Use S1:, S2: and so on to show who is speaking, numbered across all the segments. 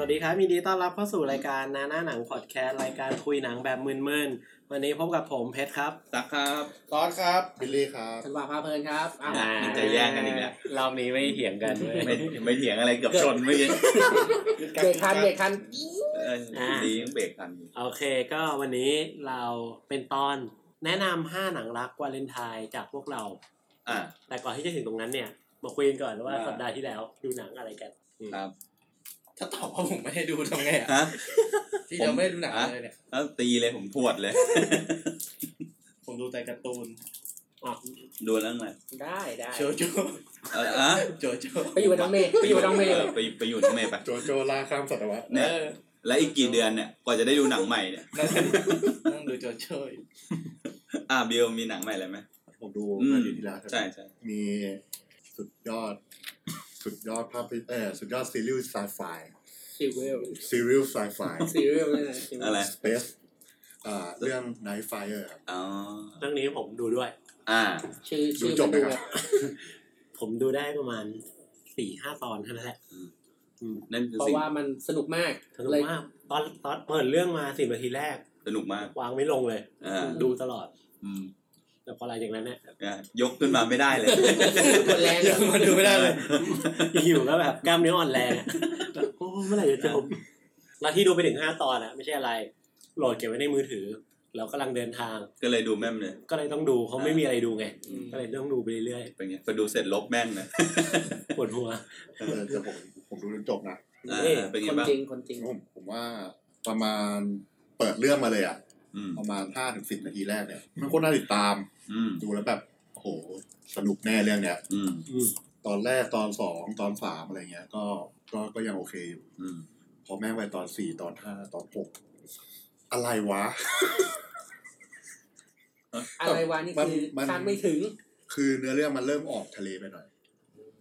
S1: วัสดีครับยินดีต้อนรับเข้าสู่รายการนาหน้าหนังพอดแคสต์รายการคุยหนังแบบมึนๆวันนี้พบกับผมเพชรครับ
S2: ตักครับ
S3: ตอนครับบิลลี่ครับ
S4: ธันวาพาเพลินครับอ้าว
S1: อ่า
S2: มันจะแย่งกันอีกแล้ว
S4: รอบนี้ไม่เถียงกันเว้ย
S2: ไม่ไม่เถียงอะไรเกือบชนเมื่อกี้
S4: เบรกคันเบรกคัน
S2: เออดียังเบรกทันอยู่
S1: โอเคก็วันนี้เราเป็นตอนแนะนำห้าหนังรักวาเลนไทน์จากพวกเรา
S2: อ่ะ
S1: แต่ก่อนที่จะถึงตรงนั้นเนี่ย มาคุยกันก่อนว่า
S2: อ่า
S1: สัปดาห์ที่แล้วดูหนังอะไรกัน
S2: ครับ
S3: ถ้าตอบว่าผมไม่ได้ดูทำไงอ่ะ
S2: ฮะ
S3: ที่
S2: ผม
S3: เราไม่ได้ดูหนังอะไรเนี่ย
S2: แล้วตีเลยผมปวดเลย
S3: ผมดูแต่การ์ตูน
S2: ดูเรื่องอะไร
S4: ได้ได้
S3: โจโจ
S2: เอออ่ะ
S3: โจโจ
S4: ไปอยู่กับน้องเมย์ไปอยู่กับน้องเมย์
S2: เไปไปอยู่น้องเมย์ไป
S3: โจโจลาข้ามศตวรรษ
S2: เนี่ยแล้วอีกกี่เดือนเนี่ยกว่าจะได้ดูหนังใหม่เนี่ย
S3: นั่งนั่งดูโจโจอยู่
S2: อ่ะบิวมีหนังใหม่อะไรไหม
S5: ผมดู
S2: อืม
S5: มาอยู่ที่แล้ว
S2: ใช่ใช่
S5: มีสุดยอด สุดยอดภาพยนตร์เออสุดยอดซีรีส์ไซไฟ
S4: ซีเวล
S5: ซีรีส์ไซไฟ
S4: ซีเวลเลยนะ
S2: อะไร
S5: สเปซอ่าเรื่อง Night Fire ครับ
S2: อ๋อ
S1: เรื่องนี้ผมดูด้วย
S2: อ่ะ
S4: ชื่อชื่อ
S5: ดูจบไหมครับ
S1: ผมดูได้ประมาณสี่ห้าตอนเท่านั้นแหละ
S2: นั่นคือ
S4: เพราะ
S2: สิ่ง
S4: ว่ามันสนุกมาก
S1: สนุก
S4: เลย
S1: มากตอนตอนเปิดเรื่องมาสิบนาทีแรก
S2: สนุกมาก
S1: วางไม่ลงเลย
S2: อ่า
S1: ดูตลอด
S2: อืม
S1: แต่พออะไรอย่างนั้นเนี่ย
S2: อ่ะยกขึ้นมาไม่ได้เลย
S4: หมดแรง
S3: เรื่องมันดูไม่ได้เลย
S1: อยู่ก็แบบกล้ามเนื้ออ่อนแรงอะแบบโอ้เมื่อไหร่จะจบแล้วที่ดูไปถึงห้าตอนอะไม่ใช่อะไร โหลดเก็บไว้ในมือถือ เรากำลังเดินทาง
S2: ก็เลยดูแม่มเลย
S1: ก็เลยต้องดูเขาะไม่มีอะไรดูไง
S2: อืม
S1: ก็เลยต้องดูไปเรื่อย
S2: เป็นไงพอดูเสร็จลบแม่งนะ
S1: ๆปวดหัว
S5: เออแต่ผมผมดูจนจบนะ
S2: อ่า
S1: นี่
S2: เป็นไง
S4: คน
S2: บ้าง
S4: จริงคนจริง
S5: ผมผมว่าประมาณเปิดเรื่องมาเลยอ่ะ
S2: อืม
S5: ประมาณห้าถึงสิบนาทีแรกเนี่ย มันโคตรน่าติดตาม
S2: อืม
S5: ดูแล้วแบบ โอ้โห สนุกแน่เรื่องเนี้ย
S2: อืม
S1: อืม
S5: ตอนแรกตอนสองตอนสามอะไรเงี้ย ก็ก็ก็ยังโอเคอยู่
S2: อืม
S5: พอแม่งไปตอนสี่ตอนห้าตอนหกอะไรวะ
S4: อะไรวะนี่คือ
S5: มัน
S4: คาดไม่ถึง
S5: คือเนื้อเรื่องมันเริ่มออกทะเลไปหน่อย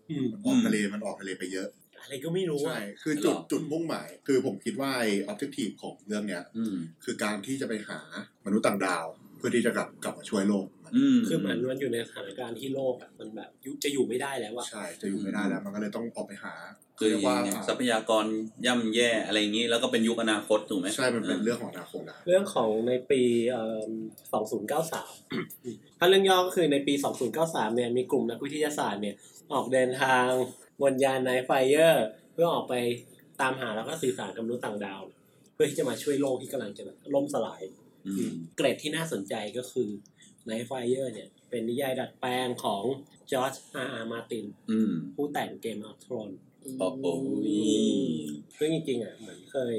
S1: อืม
S5: มันออกทะเลมันออกทะเลไปเยอะ
S1: อะไรก็ไม่รู้อะ
S5: ใช่ คือจุด
S2: หรอ
S5: จุดมุ่งหมาย คือผมคิดว่าไอ้ออบเจกตีฟของเรื่องเนี้ย
S2: อืม
S5: คือการที่จะไปหามนุษย์ต่างดาว เพื่อที่จะกลับกลับมาช่วยโลกมัน
S2: อืม
S1: คือเหมือนมันอยู่ในสถานการณ์ที่โลกอะมันแบบยุจะอยู่ไม่ได้แล้วอะ
S5: ใช่ จะอยู่ไม่ได้แล้ว มันก็เลยต้องออกไปหา
S2: คือ
S5: เรียกว่า
S2: ทรัพยากรย่ำแย่อะไรอย่างนี้แล้วก็เป็นยุคอนาคตถูกไหม
S5: ใช่ มันเป็นเรื่องของอนาคตนะ
S1: เรื่องของในปีสองศูนย์เก้าสามถ้าเรื่องย่อก็คือในปีสองศูนย์เก้าสามเนี่ยมีกลุ่มนักวิทยาศาสตร์เนี่ย ออกเดินทางบนยานไนท์ไฟเออร์ เพื่อออกไปตามหาแล้วก็สื่อสารกับมนุษย์ต่างดาว เพื่อที่จะมาช่วยโลกที่กำลังจะแบบล่มสลาย
S2: อืม
S1: เกรดที่น่าสนใจก็คือไนท์ไฟเออร์เนี่ย เป็นนิยายดัดแปลงของจอร์จอาร์อาร์มาติน
S2: อืม
S1: ผู้แต่งเกมออฟทรอน
S2: โอ้โห
S1: ซึ่งจริงๆอ่ะเหมือนเคย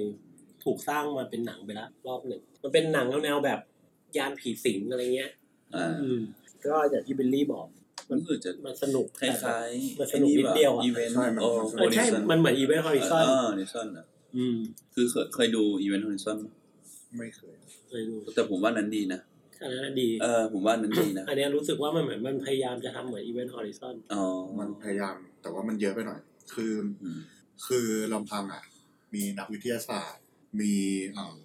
S1: ถูกสร้างมาเป็นหนังไปแล้วรอบหนึ่ง มันเป็นหนังแนวๆแบบยานผีสิงอะไรเงี้ย
S2: อ่า
S1: อืม ก็อย่างที่บิลลี่บอก
S2: มันคือจะ
S1: มันสนุก
S2: ค
S1: แต่แบบ
S2: ล้าย
S1: มัน
S2: ๆ
S1: สนุกนิดเดียวอะ
S2: อีเวนต์
S5: ใช่ มัน
S2: โอ้
S1: เออใช่ มันเหมือนอีเวนต์ฮอริซอน
S2: เออนิสันอะ
S1: อืม
S2: คือเคยเคยดูอีเวนต์ฮอริซอน
S5: ไม่เคย
S1: เคยดู
S2: แต่ผมว่านั้นดีนะ
S1: อันนั้นนะดี
S2: เออผมว่านั้นดีนะ
S1: อันเนี้ยรู้สึกว่ามันเหมือนมันพยายามจะทำเหมือนอีเวนต์ฮอริซอน
S2: อ๋อ
S5: มันพยายาม แต่ว่ามันเยอะไปหน่อย คือ
S2: อืม
S5: คือลำพังอ่ะ มีนักวิทยาศาสตร์ มีเอ่อ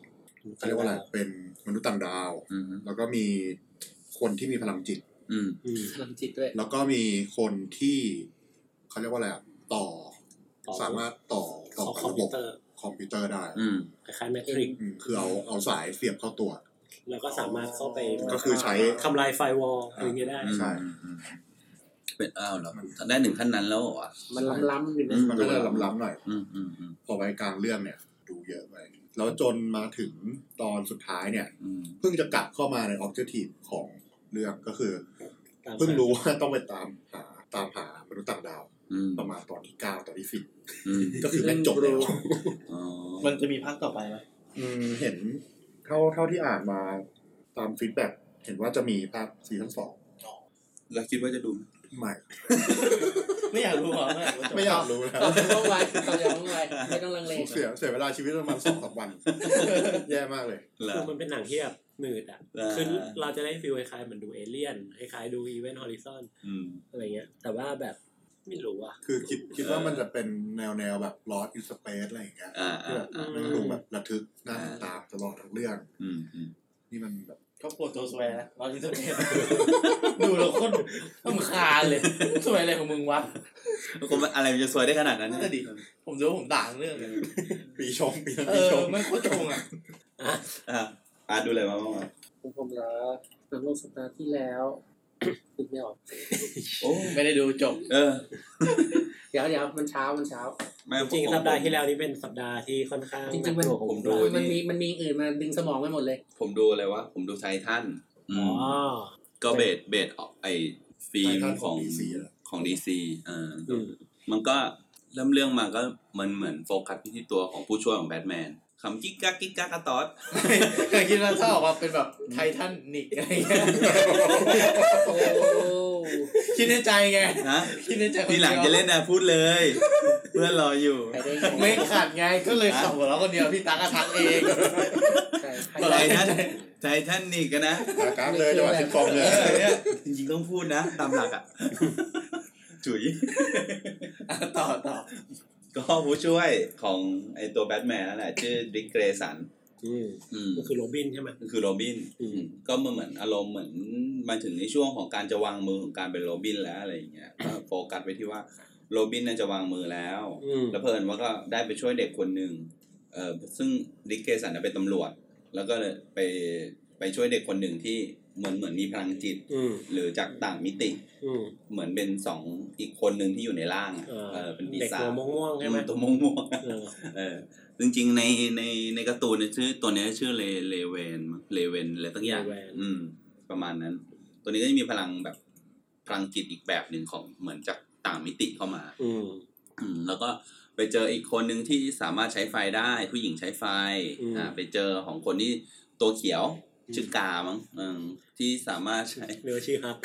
S5: เขาเรียกว่าอะไร เป็นมนุษย์ต่างดาว
S2: อืม
S5: แล้วก็มีคนที่มีพลังจิต
S2: อืม
S1: อืม
S4: พลังจิตด้วย
S5: แล้วก็มีคนที่เขาเรียกว่าอะไรอะต่อ
S1: ต่อ
S5: สามารถต่อ
S1: ต่
S5: ต่
S1: อ
S5: อ
S1: ค
S5: กับ
S1: อม
S5: ระบ
S1: พิว
S5: บ
S1: เตอร์
S5: คอมพิวเตอร์ได้
S2: อืม
S1: คล้ายๆแมทริก
S5: อืมคือเอาเอาสายเสียบเข้าตัว
S1: แล้วก็สามารถเข้าไป
S5: ก็คือใช้
S1: ทำลายไฟวอลอะไรเงี้ยได้
S2: อืม
S5: ใช่
S2: อืมเป็นอ้าวเหรอได้ถึงขั้นนั้นแล้วเหรอวะ
S4: มันล้ำล้ำๆอยู่นะ
S2: อื
S5: มันก็จะล้ำๆหน่อย
S2: อืมอืมอืม
S5: พอไปกลางเรื่องเนี่ย ดูเยอะไปแล้วจนมาถึงตอนสุดท้ายเนี่ย
S2: อืม
S5: เพิ่งจะกลับเข้ามาในออบเจกตีฟของเรื่องก็คือ
S1: ตาม
S5: เพิ่งรู้ว่าต้องไปตามหาตามหามนุษย์ต่างดาว
S2: อืม
S5: ประมาณตอนที่เก้าตอนที่สิบ
S2: อืม
S5: ก็คือแม่งจบแล้ว
S2: อ๋อ
S3: มันจะมีภาคต่อไปไหม
S5: อืมเห็นเท่าเท่าที่อ่านมาตามฟีดแบ็กเห็นว่าจะมีภาคซีซั่นสอง
S2: แล้วคิดว่าจะดูไหม
S5: ใหม่
S3: ไม่อยากรู้หรอไม่อยากรู้
S5: ไม่อยากรู้แล้ว
S4: ตอบต้องไวตอบต้องไวไม่ต้องลังเล
S5: เสียเสียเวลาชีวิตประมาณสองสามวัน แย่มากเลย
S2: เหรอ
S1: คือมันเป็นหนังที่แบบหนืดอ่ะ
S2: อ่า
S1: คือเราจะได้ฟีลคล้ายๆเหมือนดูเอเลี่ยน คล้ายๆดูอีเวนต์ฮอริซอน
S2: อืม
S1: อะไรเงี้ย แต่ว่าแบบไม่รู้อ่ะ
S5: คือคิดคิดว่า
S2: เออ
S5: มันจะเป็นแนวแนวแบบลอสอินสเปซอะไรอย่างเงี้ย
S2: อ่า
S5: ที่
S2: อ่า
S5: แบบ
S2: อ่า
S5: มันดูแบบระทึกน่า
S2: อ่า
S5: ติดตามตลอดทั้งเรื่อง
S2: อืมอืม
S5: นี่มันแบบ
S3: ครอบครัวตัวสวย นะเราอินเทอร์เน็ตดูแล้วโคนลำคาญเลยสวยอะไรของมึงวะ
S2: แล้วก็มันอะไรมันจะสวยได้ขนาดนั้น
S3: นั่นน่ะดิ ผมดูผมด่างเรื่อง เลย
S5: ปีชงปีนั้น
S3: เอ
S5: ปี
S3: อ
S5: ชง
S3: มันโคตรชงอ่ะ
S2: อ่ะอ่านดูอะไรมาบ้างวะ
S4: ผมผมเหรอหนังโลกสัปดาห์ที่แล้ว คิดไม่ออก
S2: โอ้
S3: ไม่ได้ดูจบ
S2: เออ
S4: เดี๋ยวเดี๋ยวมันเช้ามันเช้า
S2: ไม่
S1: จริง
S2: ผม
S1: ๆสัปดาห์ที่แล้วนี่เป็นสัปดาห์ที่ค่อนข้าง
S4: จริงๆมัน
S1: หกหน่วงของ
S2: โอ้
S1: เรา
S2: ย
S4: มันมีมันมีอื่นมาดึงสมองไปหมดเลย
S2: ผมดูอะไรวะผมดูไททันอื
S1: อ๋
S2: ม
S1: อ
S2: ก็เบสเบสออกไอฟิล์มของของดีซีเออ
S1: อืม
S2: มันก็เริ่มเรื่องมาก็เหมือนเหมือนโฟกัสที่ตัวของผู้ช่วยของแบทแมนคำกิ๊กกักกิ๊กกักกระตอด
S3: เคยคิดว่าถ้าออกมาเป็นแบบไททันนิกอะไรเงี้ย
S4: โอ้
S3: คิดในใจไง
S2: ฮะ
S3: คิดในใจค
S2: ที
S3: ดียว
S2: หลังจะเล่นนะพูดเลย เพื่อนรออยู่
S4: ใครได้
S3: ไม่ขาดไงก็เลยขับหัวเราะคนเดียวพี่ตั๊กก็ทักเอง
S4: ใครใคร
S2: ไท
S4: ได้
S2: ทันไททันนี่กันนะ
S5: ตากราฟเลยจังหวะซิทคอมเลย
S3: เออเนี่ย
S2: จริงๆต้องพูดนะ ตามหลักอ่ะ จุ๋ย
S3: อ่ะต่อต่อ
S2: ก็ผู้ช่วยของไอตัวแบทแมนนั่นแหละชื่อดิกเกรสัน
S1: อืม
S2: อืม
S1: ก็คือโรบินใช่ไหม
S2: คือโรบิน
S1: อืม
S2: ก็มันเหมือนอารมณ์เหมือนมาถึงในช่วงของการจะวางมือของการเป็นโรบินแล้วอะไรอย่างเงี้ยก็โฟกัสไปที่ว่าโรบินน่าจะวางมือแล้ว
S1: อืม
S2: แล้วเพิ่นว่าก็ได้ไปช่วยเด็กคนหนึ่งเออซึ่งดิกเกสันนะเป็นตำรวจ แล้วก็เลยไปไปช่วยเด็กคนหนึ่งที่เหมือนเหมือนมีพลังจิต
S1: อืม
S2: หรือจากต่างมิติ
S1: อืม
S2: เหมือนเป็นสองอีกคนหนึ่งที่อยู่ในร่างอะ
S1: เออ
S2: เออเป็นปี
S1: เด็ก
S2: ศาจ
S1: ตัวม่วงๆใช่ไหม
S2: อืตัวม่วงม่วงๆอะ
S1: เออ
S2: เออจริงๆในในในการ์ตูนเนี่ยชื่อตัวเนี้ยชื่อเลเลเวนมั้งเลเวนอะไรตั้งอย่าง
S1: แหวน
S2: อืม ประมาณนั้น ตัวนี้ก็จะมีพลังแบบพลังจิตอีกแบบหนึ่งของเหมือนจากต่างมิติเข้ามา
S1: อืม
S2: อืมแล้วก็ไปเจออีกคนหนึ่งที่สามารถใช้ไฟได้ ผู้หญิงใช้ไฟ
S1: อืม
S2: อ่าไปเจอของคนที่ตัวเขียวชื่อกามั้งอืมที่สามารถใช้
S1: เรียกว่าชื่อฮัก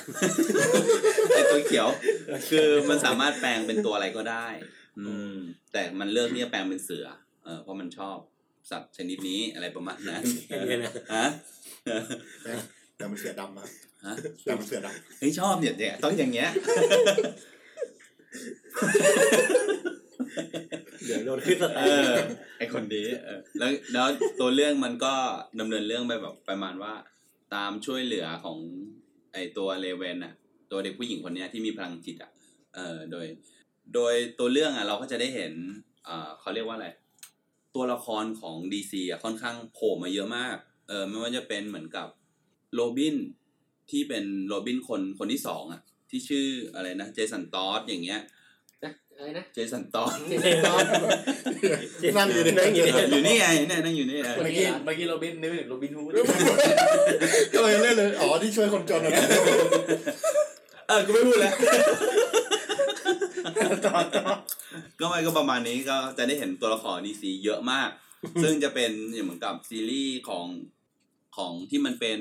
S2: ไอตัวเขียว คือมันสามารถแปลงเป็นตัวอะไรก็ได้ อืม แต่มันเลือกที่จะแปลงเป็นเสือ เออเพราะมันชอบสัตว์ชนิดนี้อะไรประมาณนั้น
S1: แค่นี้นะ
S2: ฮะ
S5: แต่มันเสือดำมาก
S2: ฮะ
S5: แต่มันเสือด
S2: เฮ้ยชอบเนี่ยเนี่ยต้องอย่างเงี้ย
S1: เดี๋ยวโดนขึ้นสแต
S2: เอน อไอคนนี้เออแล้วแล้วตัวเรื่องมันก็ดำเนินเรื่องไปแบบประมาณว่า ตามช่วยเหลือของไอตัวเลเวนอะตัวเด็กผู้หญิงคนเนี้ยที่มีพลังจิตอะเออโดย โดยตัวเรื่องอะเราก็จะได้เห็นเออเขาเรียกว่าอะไร ตัวละครของดีซีอะค่อนข้างโผล่มาเยอะมากเออไม่ว่าจะเป็นเหมือนกับโรบินที่เป็นโรบินคนคนที่สองอะที่ชื่ออะไรนะเจสันตอสอย่างเงี้ย
S4: อะไรนะ
S2: เจสันตอส
S4: เจนร้อน
S5: ำนั่งอยู่ใน
S1: นั่งอยู่
S2: อ
S1: ใน
S2: ยู่นี่ไงเนี่ยนั่งอยู่นี่เออ
S3: เมื่อกี้เมื่อกี้โรบินนึกถึงโรบินฮูด
S5: ก็เลยเล่นเลยอ๋อที่ช่วยคนจนนะ
S2: เออ กูไม่พูดแล้ว
S3: ต่อต่อ
S2: ก็ไม่ก็ประมาณนี้ก็จะได้เห็นตัวละครดีซีเยอะมาก ซึ่งจะเป็นอย่างเหมือนกับซีรีส์ของของที่มันเป็น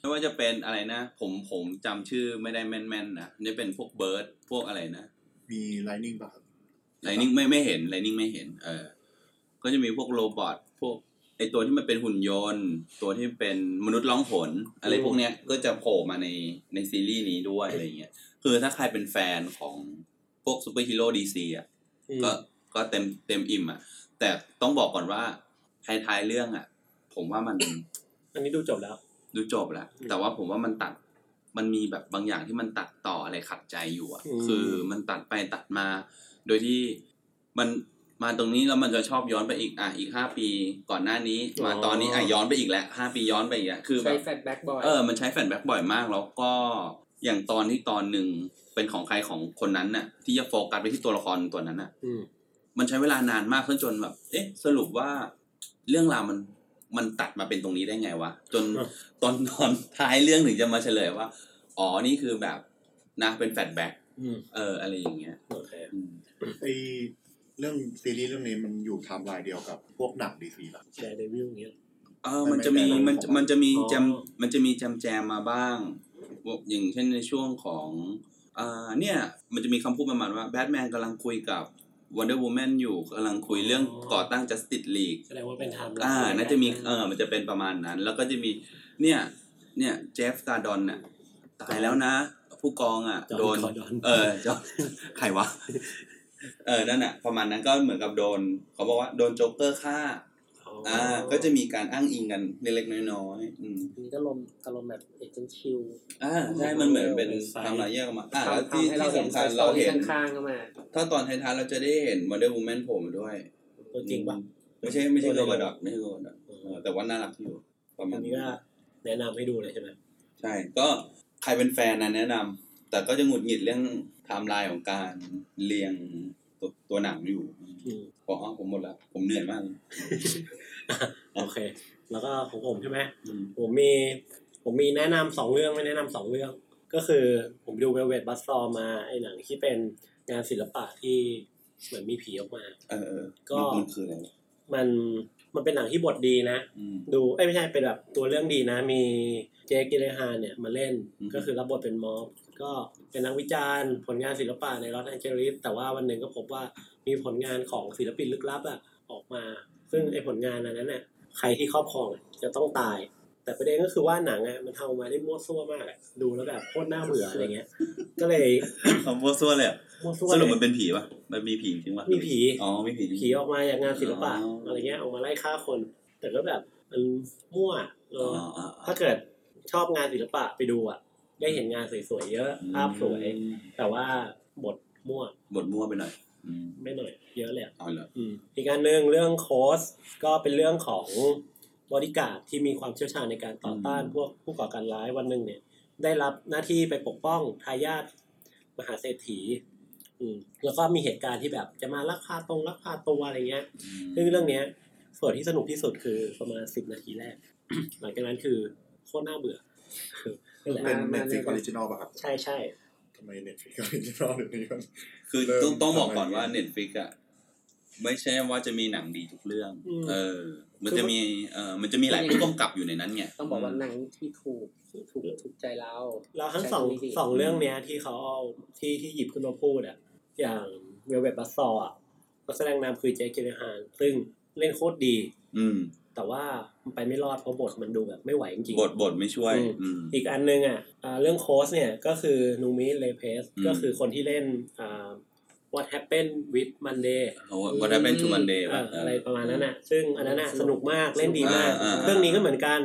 S2: ไม่ว่าจะเป็นอะไรนะ ผมผมจำชื่อไม่ได้แม่นๆนะนี่เป็นพวกเบิร์ดพวกอะไรนะ
S5: มีไลนิ่งป่ะครับ
S2: ไลนิ่งไม่ไม่เห็นไลนิ่งไม่เห็น เออ ก็จะมีพวกโรบอทพวกไอตัวที่มันเป็นหุ่นยนต์ ตัวที่เป็นมนุษย์ร้องหนอะไรพวกเนี้ยก็จะโผล่มาในในซีรีส์นี้ด้วยอะไรเงี้ยคือถ้าใครเป็นแฟนของพวกซูเปอร์ฮีโร่ดีซีอ่ะก็ก็เต็มเต็มอิ่มอ่ะ แต่ต้องบอกก่อนว่าท้ายๆเรื่องอ่ะ ผมว่ามัน
S1: อันนี้ดูจบแล้ว
S2: ดูจบแล้ว แต่ว่าผมว่ามันตัด มันมีแบบบางอย่างที่มันตัดต่ออะไรขัดใจอยู่อ่ะ
S1: อืม
S2: คือมันตัดไปตัดมา โดยที่มันมาตรงนี้แล้วมันจะชอบย้อนไปอีก อ่ะ อีกห้าปีก่อนหน้านี้ มาตอนนี้อ่ะย้อนไปอีกแล้วห้าปีย้อนไปอีกแล้วคือแบ
S4: ใช้
S2: บ
S4: แฟลชแบ็กบ่อย
S2: เออ มันใช้แฟลชแบ็กบ่อยมาก แล้วก็อย่างตอนที่ตอนหนึ่งเป็นของใครของคนนั้นน่ะ ที่จะโฟกัสไปที่ตัวละครตัวนั้นน่ะ
S1: อืม
S2: มันใช้เวลานานมากขึ้นจนแบบ เอ๊ะ สรุปว่าเรื่องราวมันมันตัดมาเป็นตรงนี้ได้ไงวะ จน
S1: เออ
S2: ตอน ตอนท้ายเรื่องถึงจะมาเฉลยว่า อ๋อ นี่คือแบบนะเป็นแฟลชแบ็ก
S1: อืม
S2: เออ อะไรอย่างเงี้ย
S1: โอเค
S2: อืม
S5: ไอเรื่องซีรีส์เรื่องนี้มันอยู่ไทม์ไลน์เดียวกับพวกหนังดีซีหรอ
S1: แชร์เดวิลอย่างเงี้ย
S2: เออ มันจะมี
S5: ไม่ไม่
S2: มัน
S5: ไม่
S2: มันจะมี
S1: อ๋อ
S2: แจมมันจะมีแจมแจมมาบ้าง อย่างเช่นในช่วงของอ่าเนี่ย มันจะมีคำพูดประมาณว่าแบทแมนกำลังคุยกับ Wonder Woman อยู่กำลังคุยเรื่องก่อตั้ง Justice League
S1: แสดงว่าเป็นไทม์ไลน์
S2: อ่า น่าจะมี เออ มันจะเป็นประมาณนั้น แล้วก็จะมี เนี่ย เนี่ย เจฟการ์ดอนน่ะ ตายแล้วนะ ผู้กองอ่ะ
S1: จอห์
S2: โดน
S1: คอร์ดอน
S2: เออจอห์น ใครวะ เออ นั่นน่ะ ประมาณนั้นก็เหมือนกับโดน เขาบอกว่าโดนโจ๊กเกอร์ฆ่า
S1: อ๋อ
S2: อ่าก็จะมีการอ้างอิงกันเล็กๆน้อยๆอืม
S4: อันนี้ก็ลมอารมณ์แบบเอเจนต์คิว
S2: อ่าใช่มันเหมือนเป็นไทำลายแยกออกมาอ่าแล้วที่ที่สำคัญเราเห็น
S4: ข้างๆเข้ามา
S2: ถ้าตอนท้ายๆเราจะได้เห็น Wonder Woman โผล่มาด้วย
S1: ตัวจริงปะ
S2: ไม่ใช่ไม่ใช่
S1: ตัวเดี
S2: โร
S1: ยว
S2: บอทไม่ใช่โรบอทแต่ว่าน่ารักอยู่ประมา
S1: อั
S2: ณ
S1: นนี้
S2: นี้
S1: ก็แนะนำให้ดูเลยใช่ไหม
S2: ใช่ ก็ใครเป็นแฟนนะแนะนำแต่ก็จะหงุดหงิดเรื่องไทม์ไลน์ของการเรียงตัวตัวหนังอยู่
S1: อืม
S2: บอกอ๋อผมหมดละผมเหนื่อยมาก
S1: โอเค แล้วก็ของผมใช่ไหม
S2: อืม
S1: ผมมีผมมีแนะนำสองเรื่องไม่แนะนำสองเรื่อง ก็คือผมดูเวลเวดบัสซอมาไอหนังที่เป็นงานศิลปะที่เหมือนมีผีออกมา
S2: เออเออ
S1: ก็
S2: มันคืออะไรวะ
S1: มันมันเป็นหนังที่บทดีนะ
S2: อืม
S1: ดูเอ้ยไม่ใช่เป็นแบบตัวเรื่องดีนะ มีเจคกิเลฮานเนี่ยมาเล่น
S2: อืม
S1: ก็คือรับบทเป็นมอบก็เป็นนักวิจารณ์ ผลงานศิลปะในลอสแอนเจลิสแต่ว่าวันหนึ่งก็พบว่ามีผลงานของศิลปินลึกลับอะออกมา ซึ่งไอผลงานอันนั้นเนี่ยใครที่ครอบครองอะจะต้องตาย แต่ประเด็นก็คือว่าหนังอะมันทำออกมาได้มั่วซั่วมากอะดูแล้วแบบโคตรน่าเบื่ออะไรเงี้ย ก็เลย
S2: เอามั่วซั่วเลยอะ
S1: มั่วซั่ว
S2: สรุปมัน
S1: เลย
S2: เป็นผีปะมันมีผีจริงปะ
S1: มีผี
S2: อ๋อมีผีจริง
S1: ผีออกมาจากงานศิลปะ
S2: อ๋ออ
S1: อะไรเงี้ยออกมาไล่ฆ่าคน แต่ก็แบบมันมั่วเอ
S2: อ๋อ
S1: อ
S2: อ๋ออ๋อ
S1: ถ้าเกิดชอบงานศิลปะไปดูอ่ะ ได้เห็นงานสวยๆเยอะ ภาพสวย
S2: อืม
S1: แต่ว่าบทมั่ว
S2: บทมั่วไปหน่อยอืม
S1: ไม่หน่อย เยอะเลยอะ
S2: เอาเลย
S1: อีกการหนึ่งเรื่องโค้ชก็เป็นเรื่องของบริการดที่มีความเชี่ยวชาญในการต่อต้านพวกผู้ก่อการร้ายวันหนึ่งเนี่ย ได้รับหน้าที่ไปปกป้องทายาทมหาเศรษฐี อืมแล้วก็มีเหตุการณ์ที่แบบจะมาลักพาตรงลักพาตัวอะไรเงี้ย
S2: อืม
S1: ซึ่งเรื่องเนี้ยส่วนที่สนุกที่สุดคือประมาณสิบนาทีแรก หลังจากนั้นคือโคตรน่าเบื่อนั่นแหละ
S5: เป็นเน็ตฟิกออริจินอลป่ะครับ
S1: ใช่ใช่
S5: ทำไมเน็ต ฟิกออริจินอลเดี๋ยวนี้มัน
S2: คือ
S5: เริ่ม
S2: ต้องต้องบอกก่อน
S5: ทำอะไร
S2: ว่าเน็ตฟิกอะไม่ใช่ว่าจะมีหนังดีทุกเรื่อง
S1: อืม
S2: เออ มันจะมีเออมันจะมีหลายผู้กำกับอยู่ในนั้นไง
S4: ต้องบอกว่าหนังที่ถูกที่ถูกถูกใจเรา
S1: แล้วทั้งสอง
S4: ใช่ใช่
S1: สองเรื่องเนี้ยที่เขาเอาที่ที่หยิบขึ้นมาพูดอ่ะ อย่างเวลเวตบัสซอร์อ่ะก็แสดงนามคือเจคกิลเลฮานซึ่งเล่นโคตรดี
S2: อืม
S1: แต่ว่ามันไปไม่รอดเพราะบทมันดูแบบไม่ไหวจริงๆ
S2: บทบทไม่ช่วย
S1: อืม
S2: อืม
S1: อีกอันนึงอ่ะอ่าเรื่องโค้ชเนี่ยก็คือนูมิเลเพส
S2: อืม
S1: ก็คือคนที่เล่นอ่า What Happened with Monday
S2: เอาว่าได้เป็นชูมันเดย์
S1: เอออะไรประมาณนั้นน่ะ ซึ่งอันนั้นน่ะสนุกมากเล่นดีมาก
S4: อ่าอ่า
S1: เรื่องนี้ก็เหมือนกัน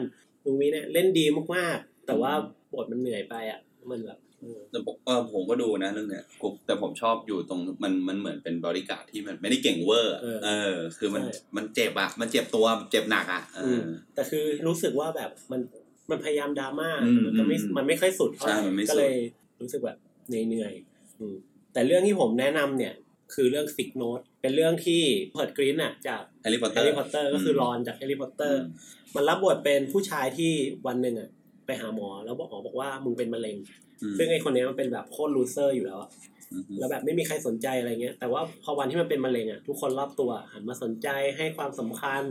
S1: ลุงมีเนี่ยเล่นดีมากๆ แต่ว่าบทมันเหนื่อยไปอ่ะ มันแบบเออ
S2: แต่ผมเออผมก็ดูนะเรื่องเนี้ยผมแต่ผมชอบอยู่ตรงมันมันเหมือนเป็นบริการที่มันไม่ได้เก่งเวอร์ เออ คือมันมันเจ็บอะมันเจ็บตัวเจ็บหนักอะเออ
S1: แต่คือรู้สึกว่าแบบมันมันพยายามดราม่า
S2: อืม
S1: มันจะไม่
S2: อืม
S1: มันไม่ค่อยสุดเท่าไห
S2: ใช่มันไม่
S1: ร่
S2: สุด
S1: ก็เลยรู้สึกแบบเหนื่อยๆอืมแต่เรื่องที่ผมแนะนำเนี่ย คือเรื่องสิกโนตเป็นเรื่องที่เพิร์ดกรีนอ่ะจาก
S2: แฮร์รี่พอต
S1: แฮ
S2: เตอร์
S1: ร์รี่พอตเตอร์ก็คือรอนจากแฮร์รี่พอตเตอร์ มันรับบทเป็นผู้ชายที่วันหนึ่งอ่ะไปหาหมอแล้วบอกหมอบอกว่ามึงเป็นมะเร็ง ซึ่งไอคนเนี้ยมันเป็นแบบโคตรลูเซอร์อยู่แล้วอะแล้วแบบไม่มีใครสนใจอะไรเงี้ย แต่ว่าพอวันที่มันเป็นมะเร็งอะทุกคนรอบตัวหันมาสนใจให้ความสำคัญ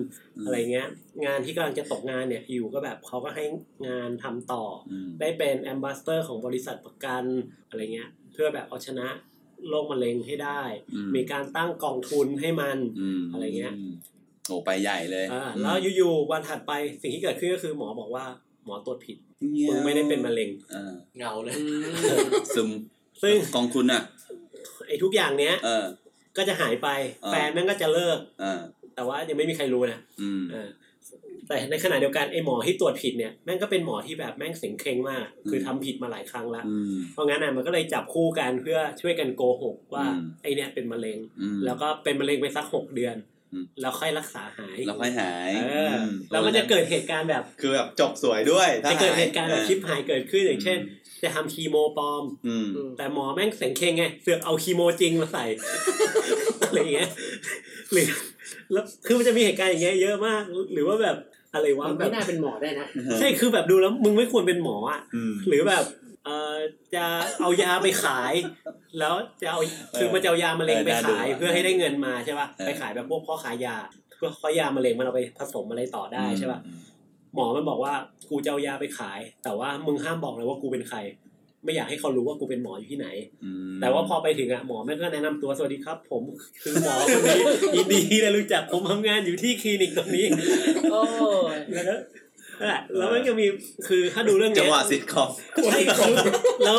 S1: อะไรเงี้ย งานที่กำลังจะตกงานเนี่ยอยู่ก็แบบเขาก็ให้งานทำต่อ ได้เป็นแอมบาสเตอร์ของบริษัทประกันอะไรเงี้ย เพื่อแบบเอาชนะโรคมะเร็งให้ได้ มีการตั้งกองทุนให้มัน อะไรเงี้ย
S2: โอ้ไปใหญ่เลย
S1: อ่าแล้วอยู่ๆวันถัดไปสิ่งที่เกิดขึ้นก็คือหมอบอกว่าหมอตรวจผิดมึงไม่ได้เป็นมะเร็ง
S2: อ่า
S3: เงาเลย
S2: ซึม
S1: ซึ่ง
S2: กองทุนอ่ะ
S1: ไอ้ทุกอย่างเนี้ย
S2: เออ
S1: ก็จะหายไป
S2: อ่า
S1: แฟนแม่งก็จะเลิก
S2: เออ
S1: แต่ว่ายังไม่มีใครรู้นะ
S2: อืม
S1: เออแต่ในขณะเดียวกันไอ้หมอที่ตรวจผิดเนี่ยแม่งก็เป็นหมอที่แบบแม่งเสียงเคร่งมาก
S2: อืม
S1: คือทำผิดมาหลายครั้งละ
S2: อืม
S1: เพราะงั้นอ่ะมันก็เลยจับคู่กันเพื่อช่วยกันโกหกว่า
S2: อืม
S1: ไอ้เนี่ยเป็นมะเร็ง
S2: อืม
S1: แล้วก็เป็นมะเร็งไปสักหกเดือน
S2: อืม
S1: แล้วค่อยรักษาหาย
S2: แล้วค่อยหาย
S1: เออ
S2: ม
S1: แล้วมันจะเกิดเหตุการณ์แบบ
S2: คือแบบจบสวยด้วยถ้า
S1: จะเกิด
S2: ย
S1: เหตุการณ์แบบชิปหายเกิดขึ้นอย่างเช่น จะทำคีโมปลอม
S2: อืม
S4: อืม
S1: แต่หมอแม่งเสยงเคงไงเสือกเอาคีโมจริงมาใส่ อะไรอย่างเงี้ยหรือแล้วคือมันจะมีเหตุการณ์อย่างเงี้ยเยอะมาก หรือว่าแบบอะไรวะ
S4: มัน
S1: แบ
S4: ไม่
S1: บ
S4: น่าเป็นหมอได้นะ
S1: ใช่คือแบบดูแล้วมึงไม่ควรเป็นหมออ่ะ
S2: อืม
S1: หรือแบบเออจะเอายาไปขาย แล้วจะเอาคือมันจะเอายามะเร็งไปขาย
S2: เออน่าดูอะ
S1: เพื่อให้ได้เงินมาใช่ป่ะ
S2: เออ
S1: ไปขายแบบพวกพ่อขายยาเพื่อพ่อยามะเร็งมันเอาไปผสมอะไรต่อได้ใช่ป่ะ หมอมันบอกว่ากูจะเอายาไปขาย แต่ว่ามึงห้ามบอกเลยว่ากูเป็นใคร ไม่อยากให้เขารู้ว่ากูเป็นหมออยู่ที่ไหน
S2: อืม
S1: แต่ว่าพอไปถึงอะหมอแม่งก็แนะนำตัวสวัสดีครับ ผมคือหมอคนนี้ ยินดีที่ได้รู้จักผมทำงานอยู่ที่คลินิกตรงนี้
S4: โอ้ย
S1: แล้วก็นั่นแหละแล้วมันจะมีคือถ้าดูเรื่อง
S2: จั
S1: เนี้
S2: ง
S1: ย
S2: หวะซิทคอม
S1: ใช่คือแล้ว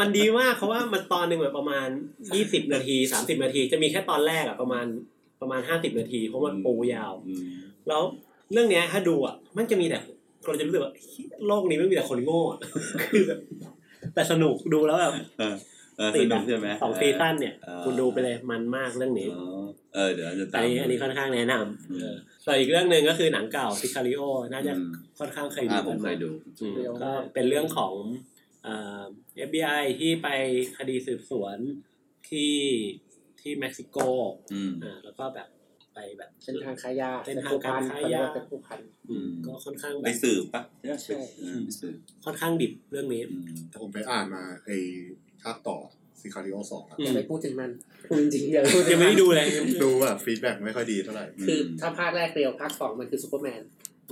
S1: มันดีมากเพราะว่ามันตอนหนึ่งแบบประมาณยี่สิบนาทีสามสิบนาที จะมีแค่ตอนแรกอะประมาณประมาณห้าสิบนาทีเพราะมันปูยาว
S2: อืม
S1: แล้วเรื่องเนี้ยถ้าดูอ่ะมันจะมีแต่เราจะรู้สึกว่าเหี้ยโลกนี้ไม่มีแต่คนโง่อะ คือแบบแต่สนุกดูแล้วแบบ
S2: เออเออสนุกใช่ไหม
S1: สองซีซั่นเนี่ย
S2: เออ
S1: คุณดูไปเลยมันมากเรื่องนี้
S2: อ๋อเออเดี๋ยวจะตา
S1: อั
S2: ม
S1: นนี้อันนี้ค่อนข้างแนะ
S2: อืม
S1: นำเออส่วนอีกเรื่องหนึ่งก็คือหนังเก่าพิคาริโอน่าจะ
S2: อืม
S1: ค่อนข้างเคยดู
S2: อ่าผ
S1: กั
S2: ม
S1: น
S2: เค
S1: มาย
S2: ดู
S1: อืม
S4: เร็วมาก
S1: ก็เป็นเรื่องของเอ่อ FBI ที่ไปคดีสืบสวนที่ที่เม็กซิโก
S2: อืม
S1: อ่าแล้วก็แบบไปแบบ
S4: เส้นทางขายยา
S1: เส้นทางการค้ายา
S4: เป็นผู้พัน
S1: อืมก็ค่อนข้างแบ
S2: ไป
S1: บ
S2: สืบปะใช่
S4: ใช่
S2: ไปสืบ
S1: ค่อนข้างดิบเรื่องนี้
S2: อืม
S5: ผมไปอ่านมาไอ้ภาคต่อซิคาริโอสองอะ
S1: อื
S4: อย่าไปพูดถึงมันพูดจริงๆอย่าไปพูดถึ
S1: ยัง
S4: ง
S1: ไม่
S4: น
S1: ได้ดูเลย
S5: ดูแบบฟีดแบ็กไม่ค่อยดีเท่าไหร่
S4: คือถ้าภาคแรกเร็วภาคสองมันคือซูเปอร์แมน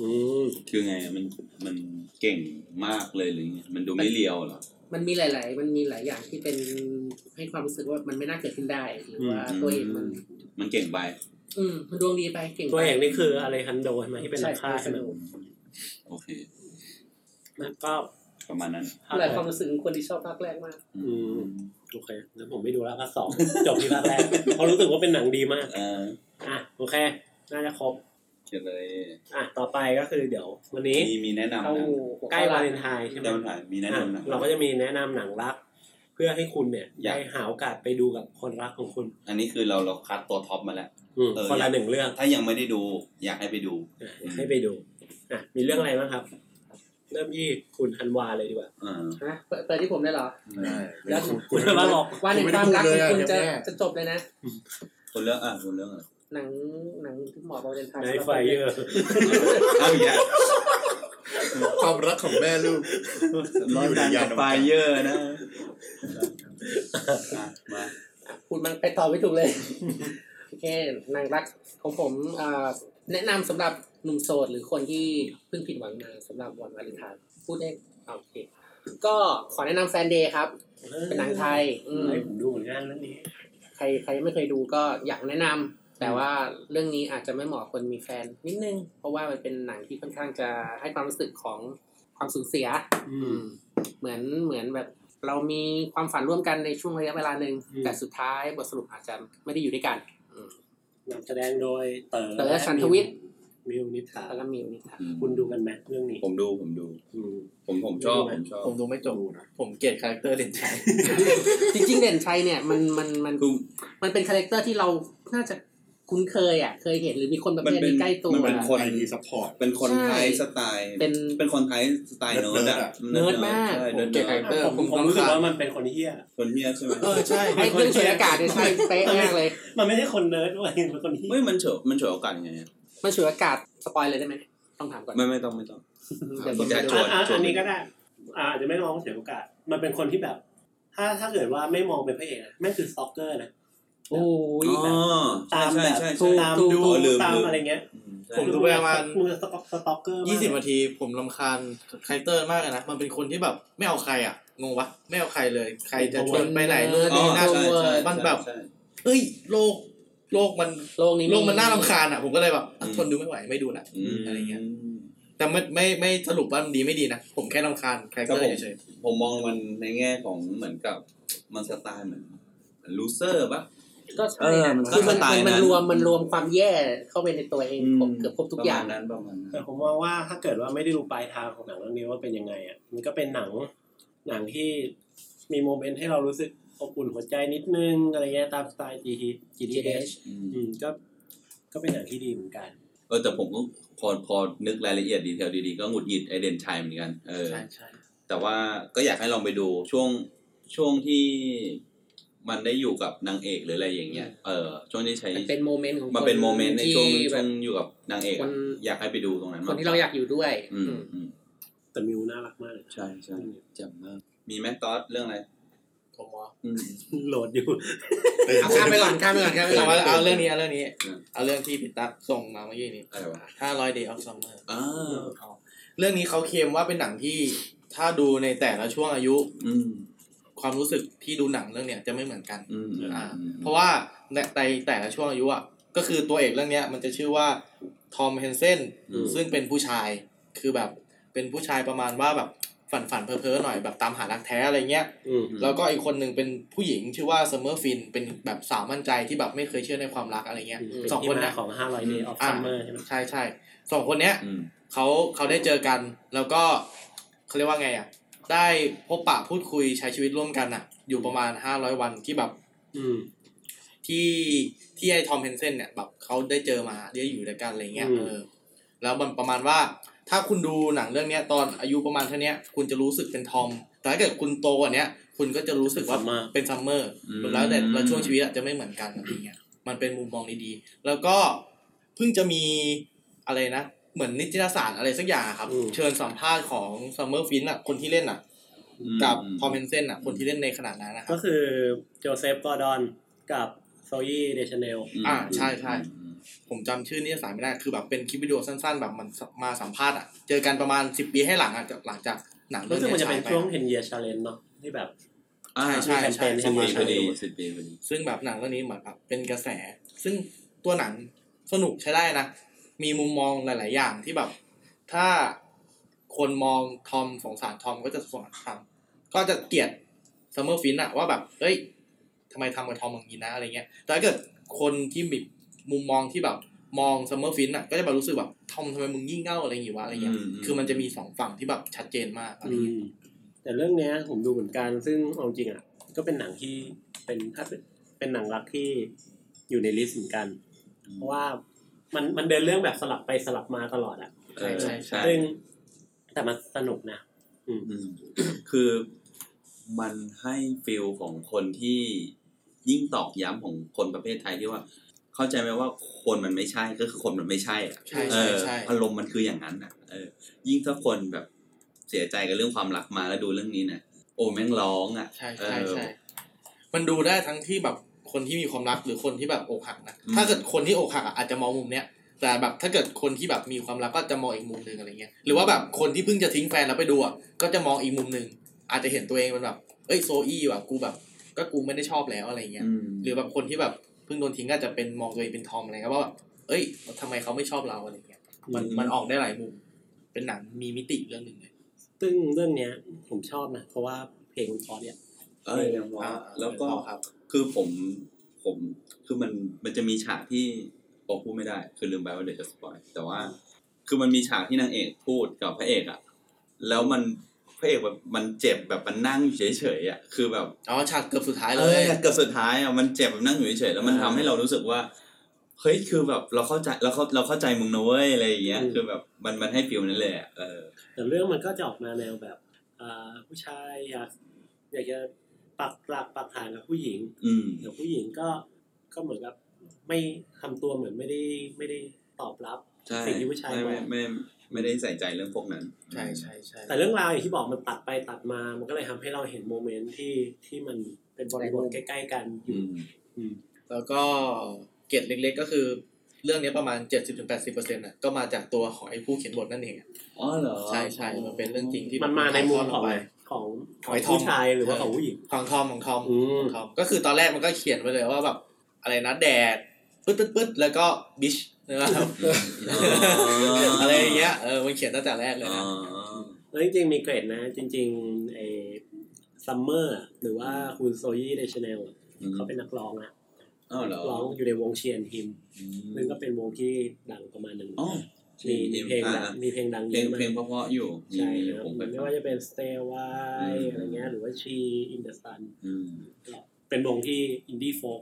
S1: อืม
S2: คือไงมันมันเก่งมากเลยหรือไงมันดูไม่เลียวเหรอ
S4: มันมีหลาย ๆ มันมีหลายอย่างที่เป็นให้ความรู้สึกว่ามันไม่น่าเกิดขึ้นได้หรือว่า
S2: อืม
S4: ตัวเองมัน
S2: มันเก่งไป
S4: อืมมันดวงดีไปเก่งไป
S1: ตัวเอกนี่คืออะไรฮันโดใช่ไหมที่เป็นนักฆ่าใช่ไหม
S4: ใช่
S2: โอเค
S1: แล้วก็
S2: ประมาณนั้น
S4: หลายความรู้สึกของคนที่ชอบภาคแรกมาก
S2: อื
S1: อืมโอเคงั้นผมไม่ดูแล้วภาคสองจบที่ภาคแรกเพราะรู้สึกว่าเป็นหนังดีมาก
S2: เออ
S1: อ่ะโอเค น่าจะครบ
S2: เดี๋ยวเลย
S1: อ่ะต่อไปก็คือเดี๋ยว วันนี้
S2: มีมีแนะนำ
S4: เข้า
S2: นะ
S1: ใกล้วาเลนไทน์ใช่ไหม
S2: แต่มันถ่ายมีแนะ
S1: อ่ะ
S2: นำหนะ
S1: เราก็จะมีแนะนำหนังรัก เพื่อให้คุณเนี่ย
S2: อยาก
S1: ได้หาโอกาสไปดูกับคนรักของคุณ
S2: อันนี้คือเราเราคัดตัวท็อปมาแล้ว
S1: อืม
S2: เออ
S1: คนละหนึ่งเรื่อง
S2: ถ้ายังไม่ได้ดู อยากให้ไปดู
S1: อ่ะให้ไปดูอ่ะมีเรื่องอะไรบ้างครับ เริ่มที่คุณธันวาเลยดีกว่า
S2: เออ
S4: ฮะเปิดเปิดที่ผมได้เหรอ
S5: ได้
S4: แล้ว
S5: คุณ
S1: คุ
S5: คุณ ณ
S1: ธันวาบอก
S4: ว่าใน
S5: ผมไม่
S4: ค
S5: ได้
S4: วามรัก
S5: พูดเลยอะ
S4: ที่คุณจะ
S5: เดี๋ยวแม่
S4: จะจบเลยนะ
S2: คนเรื่องอ่ะคนเรื่องอะไร
S4: หนังหนังที่หมอบอกเรียนไทย
S1: ในไฟเยอร์
S2: อ้าวอย่า
S5: ความรักของแม่ลูก
S2: ร้อนดันกับไฟเยอะนะอ่ะมา
S4: คุณมันไปต่อไม่ถูกเลย โอเคหนังรักของผมเอ่อแนะนำสำหรับหนุ่มโสดหรือคนที่เพิ่งผิดหวังมาสำหรับวันวาเลนไทน์พูดได้อ่ะโอเค ก็ขอแนะนำแฟนเดย์ครับ เป็นหนังไทยอืม
S1: เฮ้ยผมดูเหมือนกันเรื่องนี้
S4: ใครใครยังไม่เคยดูก็อยากแนะนำแต่ว่าเรื่องนี้อาจจะไม่เหมาะคนมีแฟนนิดนึง เพราะว่ามันเป็นหนังที่ค่อนข้างจะให้ความรู้สึกของความสูญเสีย
S1: อื
S4: อื
S1: ม
S4: ม เหมือนเหมือนแบบเรามีความฝันร่วมกันในช่วงระยะเวลาหนึ่ง
S1: อืม
S4: แต่สุดท้ายบทสรุปอาจจะไม่ได้อยู่ด้วยกันอืม
S1: นำแสดงโดยเต๋อ
S4: เต๋อฉันทวิทย์
S1: มิวนิษฐา
S4: แล้วก็มีนี่ ครับ
S2: อืม
S1: คุณดูกันไหมเรื่องนี้
S2: ผมดูผมดู
S1: อืม
S2: ผมผมชอบผมชอบ
S3: ผมดูไม่จบผมเกลียดคาแรคเตอร์เด่นชัย
S4: จริงๆเด่นชัยเนี่ยมันมันมัน
S2: คือ
S4: มันเป็นคาแรคเตอร์ที่เราน่าจะคุ้นเคยอ่ะเคยเห็นหรือมีคนประ
S2: มัน
S4: เภท
S2: เป็น
S4: นี้ใกล้ตัว
S2: มันเป็นคน
S5: ไอทีซัพพอร์ต
S2: เป็นคนไทยสไตล์
S4: เป็น
S2: เป็นคนไทยสไตล์เนิร์ดอะ
S4: เนิร์ดมาก
S2: ใช่เนิร์ด
S3: ผมเก่ง
S2: เนิร์ด
S3: เตอร์
S1: ผม
S3: ผม
S1: ผมรู้สึก
S3: รำคาญ
S1: ว่ามันเป็นคนเฮี้ย
S2: คนเฮียใช่ไหม
S3: เออใช่
S4: ไอ้เครื่องฉวยอากาศเนี่ยใช่เป๊ะมากเลย
S1: มันไม่ใช่คนเนิร์ดเว้ยมันคนเฮี้ย
S2: เฮ้ยมันเฉยมันเฉยโอกาสยังไงอะ
S4: มันฉวยอากาศสปอยเลยได้ไหมต้องถามก่อน
S2: ไม่ไม่ต้องไม่ต้อง
S4: เดี๋ยวคนไม่
S2: โจ
S4: รู้
S2: ทย์
S1: อ่ะอ่ะ
S2: โจทย์
S1: อันนี้ก็ได้อ่ะอาจจะไม่มองเสียโอกาส มันเป็นคนที่แบบ ถ้าถ้าเกิดว่าไม่มองเป็นพระเอกนะแม่งคือสตอกเกอร์นะ
S4: โอ้ย
S2: อ๋อ
S4: แบบ
S1: ตาม
S2: ใช่
S1: แบบ
S2: ใช่ใช่
S1: ตาม
S2: ถูก
S1: ดู
S2: อ๋อลืม
S1: ตาม
S2: ลืม
S1: อะไรเงี้ย
S2: อืมใช่
S3: ผมดูไปประมาณ
S1: มือสต็อกเกอร์มาก
S3: ยี่สิบนาทีผมลำคาญคาแรคเตอร์มากเลยนะ มันเป็นคนที่แบบไม่เอาใครอ่ะ งงวะ ไม่เอาใครเลย ใครจะชวนไปไหนนู่น
S2: อ๋อ
S3: นี่นั่น
S2: ใช่ใช่
S3: มันแบบ
S2: ใช่
S3: เอ้ย โลก โลกมัน
S4: โลกนี้
S3: โลกมันน่ารำคาญอ่ะ ผมก็เลยแบบ
S2: อืม
S3: ทนดูไม่ไหวไม่ดูละ
S2: อืม
S3: อะไรเงี้ย แต่ไม่ไม่ไม่สรุปว่ามันดีไม่ดีนะ ผมแค่รำคาญคาแรคเตอร์เฉย
S2: ผมมองมันในแง่ของเหมือนกับมันสไตล์เหมือนลูเซอร์ปะ
S4: ก็
S2: เอ
S4: ใช่
S2: อ
S4: นะ
S2: มันก็
S4: คือมัน
S2: สไตล์
S4: มัน
S2: นั้น
S4: รวมมันรวมความแย่เข้าไปในตัวเอง
S2: อืม
S4: ครบเกือบครบทุกอย่าง
S2: ประมณนั้นประมาณนั้น
S1: แต่ผมมองว่าถ้าเกิดว่าไม่ได้ดูปลายทางของหนังเรื่องนี้ว่าเป็นยังไงอ่ะ มันก็เป็นหนัง หนังที่มีโมเมนต์ให้เรารู้สึกอบอุ่นหัวใจนิดนึงอะไรเงี้ยตามสไตล์ GT GTH
S2: อืม
S1: อืมก็ก็เป็นหนังที่ดีเหมือนกัน
S2: เออแต่ผมก็พอพอนึกรายละเอียดดีเทลดีๆ ก็หงุดหงิดไอเดนชัยเหมือนกันเออ
S3: ๆใช่ใช่
S2: แต่ว่าก็อยากให้ลองไปดูช่วงช่วงที่มันได้อยู่กับนางเอกหรืออะไรอย่างเงี้ยเออช่วงที่ใช้
S4: มันเป็นโมเมนต์ของค
S2: มันเป็นโมเมนต์ในช่วง
S4: ที่แบ
S2: ช่
S4: บ
S2: วงอยู่กับนางเอกอะ
S4: คน
S2: อยากให้ไปดูตรงนั้น
S4: คนที่เราอยากอยู่ด้วย
S2: อืม
S4: อืม
S2: อืม
S1: แต่มิวน่ารักมากเลย
S2: ใช่ใช่จำมากมีแม็กตอสเรื่องอะไร
S3: ผมว่า
S2: อืม
S1: โหลดอยู่
S4: เอาข้ามไปก่อนข้ามไปก่อนข้ามไปก่
S3: แต่
S4: อน
S3: ว่าเอาเรื่องนี้เอาเรื่องนี้
S2: อืม
S3: เอาเรื่องที่พี่ตั๊กส่งมาเมื่อกี้นี้
S2: อะไรวะ
S3: ห้าร้อยเดย์ออฟซัมเมอร์
S2: อ่า
S3: เรื่องนี้เขาเคลมว่าเป็นหนังที่ถ้าดูในแต่ละช่วงอายุ
S2: อืม
S3: ความรู้สึกที่ดูหนังเรื่องเนี้ยจะไม่เหมือนกัน
S2: อืมอืม
S3: อ่า
S2: อืม
S3: เพราะว่าในในแต่ละช่วงอายุอ่ะก็คือตัวเอกเรื่องเนี้ยมันจะชื่อว่าทอมเฮนเซน
S1: อืม
S3: ซึ่งเป็นผู้ชายคือแบบเป็นผู้ชายประมาณว่าแบบ ฝันฝันเพ้อเพ้อๆหน่อยแบบตามหารักแท้อะไรเงี้ย
S1: อืม
S3: แล้วก็อีกคนหนึ่งเป็นผู้หญิงชื่อว่าซัมเมอร์ฟินเป็นแบบสาวมั่นใจที่แบบไม่เคยเชื่อในความรักอะไรเงี้ย
S1: เป็น
S3: สอง
S1: ที่
S3: คน
S1: มา
S3: นะ
S1: ของ 500 day of
S3: อ่า
S1: summer ใช่ไหม
S3: ใช่ใช่สองคนเนี้ย
S2: อืม
S3: เขาเขาได้เจอกัน แล้วก็เขาเรียกว่าไงอ่ะได้พบปะพูดคุยใช้ชีวิตร่วมกันอ่ะ อยู่ประมาณห้าร้อยวันที่แบบ
S1: อืม
S3: ที่ที่ไอ้ทอมเฮนเซนเนี่ยแบบเขาได้เจอมาได้อยู่ด้วยกันอะไรเงี้ย
S1: อืม
S3: เออแล้วมันประมาณว่า ถ้าคุณดูหนังเรื่องเนี้ยตอนอายุประมาณเท่าเนี้ยคุณจะรู้สึกเป็นทอม แต่ถ้าเกิดคุณโตกว่าเนี้ยคุณก็จะรู้สึกว่า
S1: มาก
S3: เป็นซัมเมอร์
S2: อืม
S3: แล้วแต่ละช่วงชีวิตอาจจะไม่เหมือนกันอะไรเงี้ยมันเป็นมุมมองดีๆ แล้วก็เพิ่งจะมีอะไรนะ เหมือนนิตยสารอะไรสักอย่างอะครับ
S1: อืม
S3: เชิญสัมภาษณ์ของซัมเมอร์ฟินอ่ะคนที่เล่นอ่ะ กับทอมเฮนเซนอ่ะคนที่เล่นในขนาดนั้นนะครั
S1: ก็
S3: บ
S1: คือโจเซฟกอร์ดอนกับโซยี่เดชเนล
S2: ม
S3: อ่าใช่ใช่
S2: อืม
S3: ผมจำชื่อนิตยสารไม่ได้คือแบบเป็นคลิปวิดีโอสั้นๆ แบบมันมาสัมภาษณ์อ่ะเจอกันประมาณสิบปีให้หลังอ่ะจากหลังจากหนังเรื่อ
S1: รู้
S3: ง
S1: สึก
S3: เนี้
S1: มัน
S3: ย
S1: จะเป็น
S3: ฉายไป
S1: ช่วง 10 year challenge เนาะที่แบบ
S2: อ่า
S3: ใช่
S2: ใช่
S3: ใช่
S1: มีแคมเปญ
S2: สิบ
S3: ใช่ใช่
S2: ปีพอดี
S3: ใช่
S2: สิบปีพอดี
S3: ซึ่งแบบหนังเรื่องนี้เหมือนแบบเป็นกระแส ซึ่งตัวหนังสนุกใช้ได้นะ มีมุมมองหลาย ๆ อย่างที่แบบ ถ้าคนมองทอมสงสารทอมก็จะสงสารทอมก็จะเกลียดซัมเมอร์ฟินอะว่าแบบ เฮ้ยทำไมทำกับทอมอย่างนี้นะอะไรเงี้ย แต่ถ้าเกิดคนที่มีมุมมองที่แบบมองซัมเมอร์ฟินอะก็จะแบบรู้สึกแบบทอมทำไมมึงยิ่งเง่าอะไรอย่างงี้วะอะไรเงี้ย
S2: อืม
S3: คือมันจะมีสองฝั่งที่แบบชัดเจนมากอะไร
S1: อื
S3: เงี้ย
S1: มแต่เรื่องเนี้ยผมดูเหมือนกัน ซึ่งเอาจริงอ่ะ ก็เป็นหนังที่เป็นถ้าเป็นเป็นหนังรักที่อยู่ในลิสต์เหมือนกัน เพราะว่ามันมันเดินเรื่องแบบสลับไปสลับมาตลอดอ่ะ
S2: เออใช่ใช่
S1: ซึ่งแต่มันสนุกนะ อืม
S2: อืมคือมันให้ฟิลของคนที่ยิ่งตอกย้ำของคนประเภทไทยที่ว่า เข้าใจไหมว่าคนมันไม่ใช่ก็คือคนมันไม่ใช่อะ
S3: ใช่
S2: เอ
S3: ใช่
S2: อ
S3: ใช่
S2: อารมณ์มันคืออย่างนั้นอ่ะเออ ยิ่งถ้าคนแบบเสียใจกับเรื่องความรักมาแล้วดูเรื่องนี้นะโอ้แม่งร้องอ่ะ
S3: ใช่
S2: เอ
S3: ใช่
S2: อ
S3: ใช่ มันดูได้ทั้งที่แบบคนที่มีความรักหรือคนที่แบบอกหักนะ
S2: อืม
S3: ถ้าเกิดคนที่อกหักอะอาจจะมองมุมเนี้ย แต่แบบถ้าเกิดคนที่แบบมีความรักก็จะมองอีกมุมหนึ่งอะไรเงี้ย หรือว่าแบบคนที่เพิ่งจะทิ้งแฟนแล้วไปดูอะก็จะมองอีกมุมหนึ่งอาจจะเห็นตัวเองเป็นแบบ เอ้ยโซอี้ว่ะกูแบบ ก็กูไม่ได้ชอบแล้วอะไรเงี้ย
S2: อืม
S3: หรือแบบคนที่แบบเพิ่งโดนทิ้งก็อาจจะเป็นมองตัวเองเป็นทอมอะไรเงี้ยว่าแบบเอ้ยทำไมเขาไม่ชอบเราอะไรเงี้ย มันมันออกได้หลายมุม เป็นหนังมีมิติเรื่องหนึ่งเลย
S1: ซึ่งเรื่องเนี้ยผมชอบนะ เพราะว่าเพลงคุณพอเนี่ย
S2: เอ้ยยังร้อง
S3: อ่า
S2: แล้วก็
S3: ร้องครับ
S2: คือผมผมคือมันมันจะมีฉากที่ผมพูดไม่ได้ คือลืมไปว่าเดี๋ยวจะสปอยแต่ว่า คือมันมีฉากที่นางเอกพูดกับพระเอกอะแล้วมันพระเอกแบบมันเจ็บแบบมันนั่งอยู่เฉยๆอะคือแบบ
S3: อ๋อฉากเกือบสุดท้ายเล
S2: เอ้ย
S3: ย
S2: เกือบสุดท้ายอะมันเจ็บแบบนั่งอยู่เฉยๆแล้วมันทำให้เรารู้สึกว่าเฮ้ยคือแบบเราเข้าใจเราเข้าเราเข้าใจมึงนะเว้ยอะไรอย่างเงี้ย
S1: อืม
S2: คือแบบมันมันให้ฟิลนั้นเลยอะเออ
S1: แต่เรื่องมันก็จะออกมาแนวแบบอ่าผู้ชายอยากอยากจะปักหลักปักฐานกับผู้หญิง
S2: อืม
S1: เดี๋ยวผู้หญิงก็ก็เหมือนกับไม่ทำตัวเหมือนไม่ได้ไม่ได้ตอบรับ
S2: ใช่
S1: สิ่งที่ผู้ชาย
S2: ไม่
S1: บอก
S2: ไม่ไม่ไม่ได้ใส่ใจเรื่องพวกนั้น
S3: ใช่ใช่ใช่
S1: แต่เรื่องราวอย่างที่บอกมันตัดไปตัดมา มันก็เลยทำให้เราเห็นโมเมนต์ที่ที่มันเป็นบริบทใกล้ ๆ กันอ
S2: อื
S1: ยู่
S2: ม
S1: อืม
S3: แล้วก็เกร็ดเล็กๆก็คือ เรื่องนี้ประมาณ 70-80%น่ะก็มาจากตัวของไอ้ผู้เขียนบทนั่นเองอะ
S2: อ๋อเหรอ
S3: ใช่ใช่มันเป็นเรื่องจริงที่
S1: มันมาในมุมของ
S3: ถ่ายทดกไป
S1: ของ
S3: ของไอ้ทอม
S1: ผู้ชายหรือว่าของผู้หญิง
S3: ของทอมของทอม
S1: อืม
S3: ของทอม ก็คือตอนแรกมันก็เขียนไว้เลยว่าแบบอะไรนะแดดปึ๊ดปึ๊ดปึ๊ดแล้วก็บิชนะครับอะไรอย่า งเงี้ยเออมันเขียนตั้งแต่แรกเลย
S2: อ๋อ
S3: นะ
S1: แล้วจริงๆมีเกรดนะ จริงๆไอ้ซัมเมอร์หรือว่าคุณโซยี่เดชเนลเขาเป็นนักร้องนะ
S2: อ๋อเหรอ
S1: ร้องอยู่ในวงเชียนฮิม
S2: อืม
S1: ซึ่งก็เป็นวงที่ดังประมาณหนึ่ง
S2: อ๋อ
S1: มีมีเพลง
S2: อ่า
S1: ดังมีเพลงดัง
S2: เพ
S1: เย
S2: ลง
S1: อะมาก
S2: เพลงเพราะๆอยู่
S1: ใช่
S2: มี
S1: ครับ
S2: ผมไป
S1: ไม่
S2: ฟัง
S1: ว่าจะเป็น Stay w i
S2: อืม
S1: อะไรเงี้ยหรือว่า She in the Sun
S2: อืม
S1: เป็นวงที่อินดี้โฟก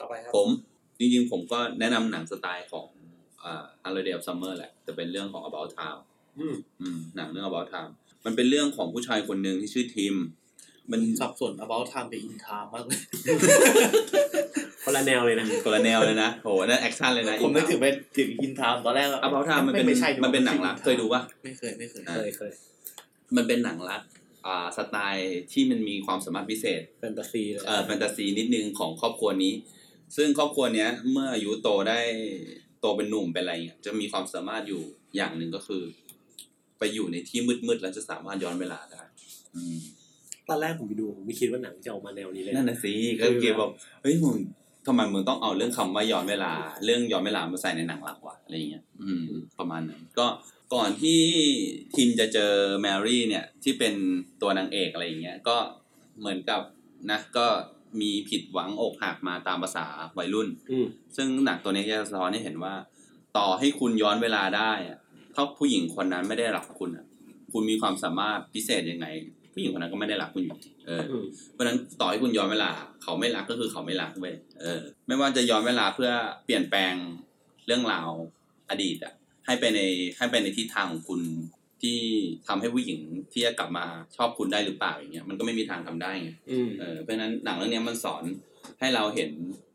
S3: ต่อไปครับ
S2: ผม จริงๆผมก็แนะนำหนังสไตล์ของอ่า Holiday of Summer แหละแต่เป็นเรื่องของ About Time อืมหนังเรื่อง About Time มันเป็นเรื่องของผู้ชายคนหนึ่งที่ชื่อทิม มัน
S3: สับสน about time ไป in time มากเลย
S1: คนละแนวเลยนะ
S2: คนละแนวเลยนะโหนั่นแอคชั่นเลยนะ
S3: ผมนึกถึงไปถึง in time ตอนแรก
S2: อัพเบลทามมันเป็น
S3: ไใช่
S2: มันเป็นหนังรักเคยดูปะ
S3: ไม่เคยไม่เคย
S2: อ่า
S1: เคยเคย
S2: มันเป็นหนังรักอ่าสไตล์ที่มันมีความสามารถพิเศษ
S1: แฟนตาซีเลย
S2: เอ่อแฟนตาซีนิดนึงของครอบครัวนี้ ซึ่งครอบครัวเนี้ย เมื่ออายุโตได้โตเป็นหนุ่มเป็นอะไรเงี้ยจะมีความสามารถอยู่อย่างหนึ่งก็คือ ไปอยู่ในที่มืดๆแล้วจะสามารถย้อนเวลาได้อืม
S1: ตอนแรกผมไปดูผมไม่คิดว่าหนังจะออกมาแนวนี้เลย
S2: นั่นน่ะสิก็เกียร์บอกเฮ้ยมึงทำไมมึงต้องเอาเรื่องคำว่าย้อนเวลา เรื่องย้อนเวลามาใส่ในหนังหลักวะอะไรเงี้ยอืม ประมาณนั้นก็ ก่อนที่ทีมจะเจอแมรี่เนี่ยที่เป็นตัวนางเอกอะไรอย่างเงี้ยก็เหมือนกับนะก็มีผิดหวังอกหักมาตามภาษาวัยรุ่น
S1: อืม
S2: ซึ่งหนังตัวนี้จะสะท้อนให้เห็นว่า ต่อให้คุณย้อนเวลาได้อะถ้าผู้หญิงคนนั้นไม่ได้รักคุณอะคุณมีความสามารถพิเศษยังไง ผู้หญิงคนนั้นก็ไม่ได้รักคุณอยู่ดีเออ
S1: อืม
S2: เพราะฉะนั้นต่อให้คุณย้อนเวลา เขาไม่รักก็คือเขาไม่รักเว้ยเออ ไม่ว่าจะย้อนเวลาเพื่อเปลี่ยนแปลงเรื่องราวอดีตอะให้ไปในให้ไปในทิศทางของคุณที่ทำให้ผู้หญิงที่จะกลับมาชอบคุณได้หรือเปล่าอย่างเงี้ยมันก็ไม่มีทางทำได้ไง
S1: อืม
S2: เออเพราะฉะนั้นหนังเรื่องเนี้ยมันสอนให้เราเห็น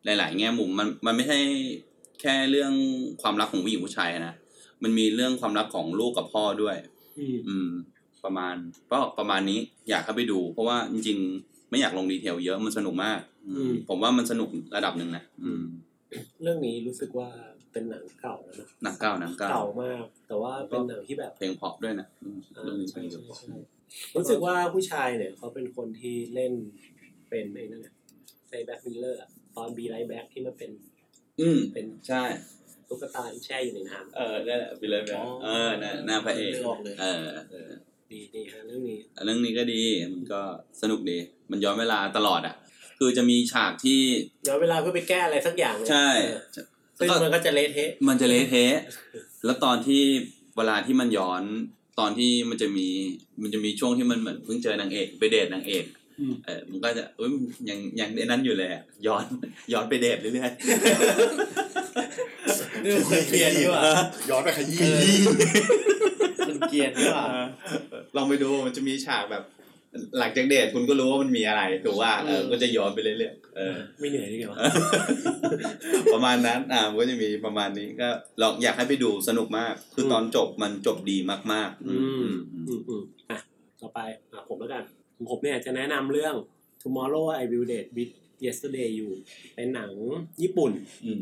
S2: หลาย ๆ แง่มุมมันมันไม่ใช่แค่เรื่องความรักของผู้หญิงผู้ชายนะมันมีเรื่องความรักของลูกกับพ่อด้วย
S1: อืม
S2: อืม ประมาณก็ประมาณนี้อยากเข้าไปดู เพราะว่าจริง ๆ ไม่อยากลงดีเทลเยอะมันสนุกมากอืม
S1: อืม
S2: ผมว่ามันสนุกระดับหนึ่งนะอืม
S1: เรื่องนี้รู้สึกว่าเป็นหนังเก่าแล้วนะ
S2: หนังเก้าหนังเก้า
S1: เก่ามาก แต่ว่าเป็นหนังที่แบบ
S2: เพลงเพราะด้วยนะอืม
S1: อ่า
S2: เรื่องนี้เพล
S1: ใช่
S2: ง
S1: ใช่
S2: เพราะ
S1: ใช่รู้สึกว่าผู้ชายเนี่ย เขาเป็นคนที่เล่นเป็นไอ้นั่นน่ะไซแบ็กมิลเลอร์ตอนบีไลแบ็กที่มันเป็น
S2: อืม
S1: เป็น
S2: ใช่
S1: ตุ๊กตาที่แช่อยู่ในน้
S2: เออนั่นแหละไปเลยไปเลยเออนั่นหน้าพระเอก
S3: นึกออกเลย
S2: เออเออ
S1: ำดีดีฮะเรื่องนี้
S2: เรื่องนี้ก็ดี มันก็สนุกดี มันย้อนเวลาตลอดอ่ะ คือจะมีฉากที่
S1: เดี๋ยวเวลาเพื่อไปแก้อะไรสักอย่างเลย
S2: ใช่
S1: เออซึ่งมันก็จะ เละเทะ
S2: มันจะเละเทะ แล้วตอนที่เวลาที่มันย้อน ตอนที่มันจะมี มันจะมีช่วงที่มันเหมือนเพิ่งเจอนางเอกไปเดทนางเอก เออมันก็จะเอ้ยมันยังยังในนั้นอยู่เลยอะย้อน ย้อนไปเดทเรื่อย
S3: นี่มันคนเกลียนดีกว่า
S5: ย้อนไปขยี้
S3: มันเกลียนดีกว่า
S2: ๆ ลองไปดู มันจะมีฉากแบบ หลังจากเดทคุณก็รู้ว่ามันมีอะไรถูกว่าเออก็จะย้อนไปเรื่อยๆเออ
S1: ไม่เหนื่อยดีกว่า
S2: ประมาณนั้น อ่ามันก็จะมีประมาณนี้ก็ลองอยากให้ไปดูสนุกมาก คือตอนจบมันจบดีมากๆ
S1: อื
S2: อื
S1: ม
S2: ม
S1: อืมอืมอ่ะต่อไปอ่ะผมแล้วกันผมเนี่ยจะแนะนำเรื่อง Tomorrow I Will Date with Yesterday You เป็นหนังญี่ปุ่น
S2: อืม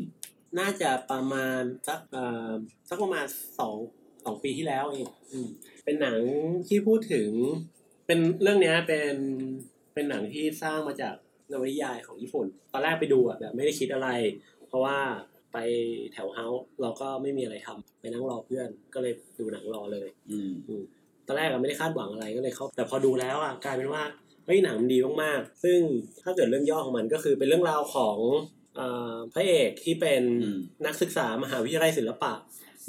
S1: น่าจะประมาณสักเอ่อสักประมาณสองสองปีที่แล้วเองอืมเป็นหนังที่พูดถึง เป็นเรื่องเนี้ยเป็นเป็นหนังที่สร้างมาจากนวนิยายของญี่ปุ่น ตอนแรกไปดูอ่ะแบบไม่ได้คิดอะไร เพราะว่าไปแถวเฮาส์เราก็ไม่มีอะไรทำไปนั่งรอเพื่อนก็เลยดูหนังรอเลย
S2: อืม
S1: ตอนแรกอะไม่ได้คาดหวังอะไรก็เลยเข้าแต่พอดูแล้วอะกลายเป็นว่าเฮ้ยหนังมันดีมากๆ ซึ่งถ้าเกิดเรื่องย่อของมันก็คือเป็นเรื่องราวของเอ่อพระเอกที่เป็นนักศึกษามหาวิทยาลัยศิลปะ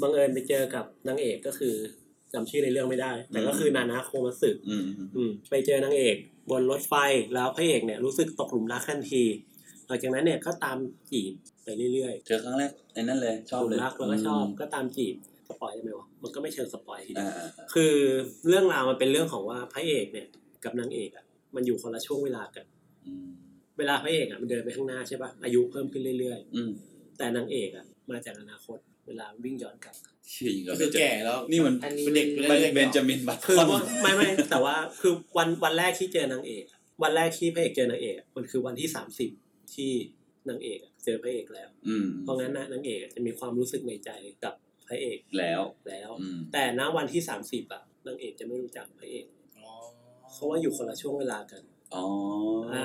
S1: บังเอิญไปเจอกับนางเอกก็คือจำชื่อในเรื่องไม่ได้ แต่ก็คือนานาโคมัตสึ
S2: อืม
S1: อืมไปเจอนางเอกบนรถไฟแล้วพระเอกเนี่ยรู้สึกตกหลุมรักทันทีหลังจากนั้นเนี่ยก็ตามจีบไปเรื่อย
S2: เจอครั้งแรกไอ้นั่นเลย ช
S1: ๆ
S2: อ
S1: ห
S2: บ
S1: ลุม
S2: เลย
S1: รักแล้วก็ชอบก็ตามจีบสปอยได้ไหมวะมันก็ไม่เชิงสปอยทีเดียว
S2: อ่า
S1: คือเรื่องราวมันเป็นเรื่องของว่าพระเอกเนี่ยกับนางเอกอ่ะมันอยู่คนละช่วงเวลากัน
S2: อืม
S1: เวลาพระเอกอ่ะมันเดินไปข้างหน้าใช่ปะ่ะอายุเพิ่มขึ้นเรื่อย
S2: อืม
S1: ๆ แต่นางเอกอ่ะมาจากอนาคต เวลาวิ่งย้อนกลับ
S2: เชี่ยยิง
S3: ก็
S2: กับ
S3: คือแก่แล้ว
S2: นี่มัน
S4: อันนี้
S3: เป็นเด็กไป
S2: มัน
S3: เรื่อยๆ
S2: เบน
S3: เน
S2: จามินบัต
S1: คือ
S2: ตัน
S1: ว่าไม่ไม่แต่ว่าคือวันวันแรกที่เจอนางเอกอะวันแรกที่พระเอกเจอนางเอกอะมันคือวันที่สามสิบที่นางเอกอะเจอพระเอกแล้ว
S2: อืม
S1: เพราะงั้นนะนางเอกอะจะมีความรู้สึกในใจกับพระเอก
S2: แล้ว
S1: แล้ว
S2: อืม
S1: แต่ณวันที่สามสิบอ่ะนางเอกจะไม่รู้จักพระเอกเพราะว่าอยู่คนละช่วงเวลากัน
S2: อ๋ออา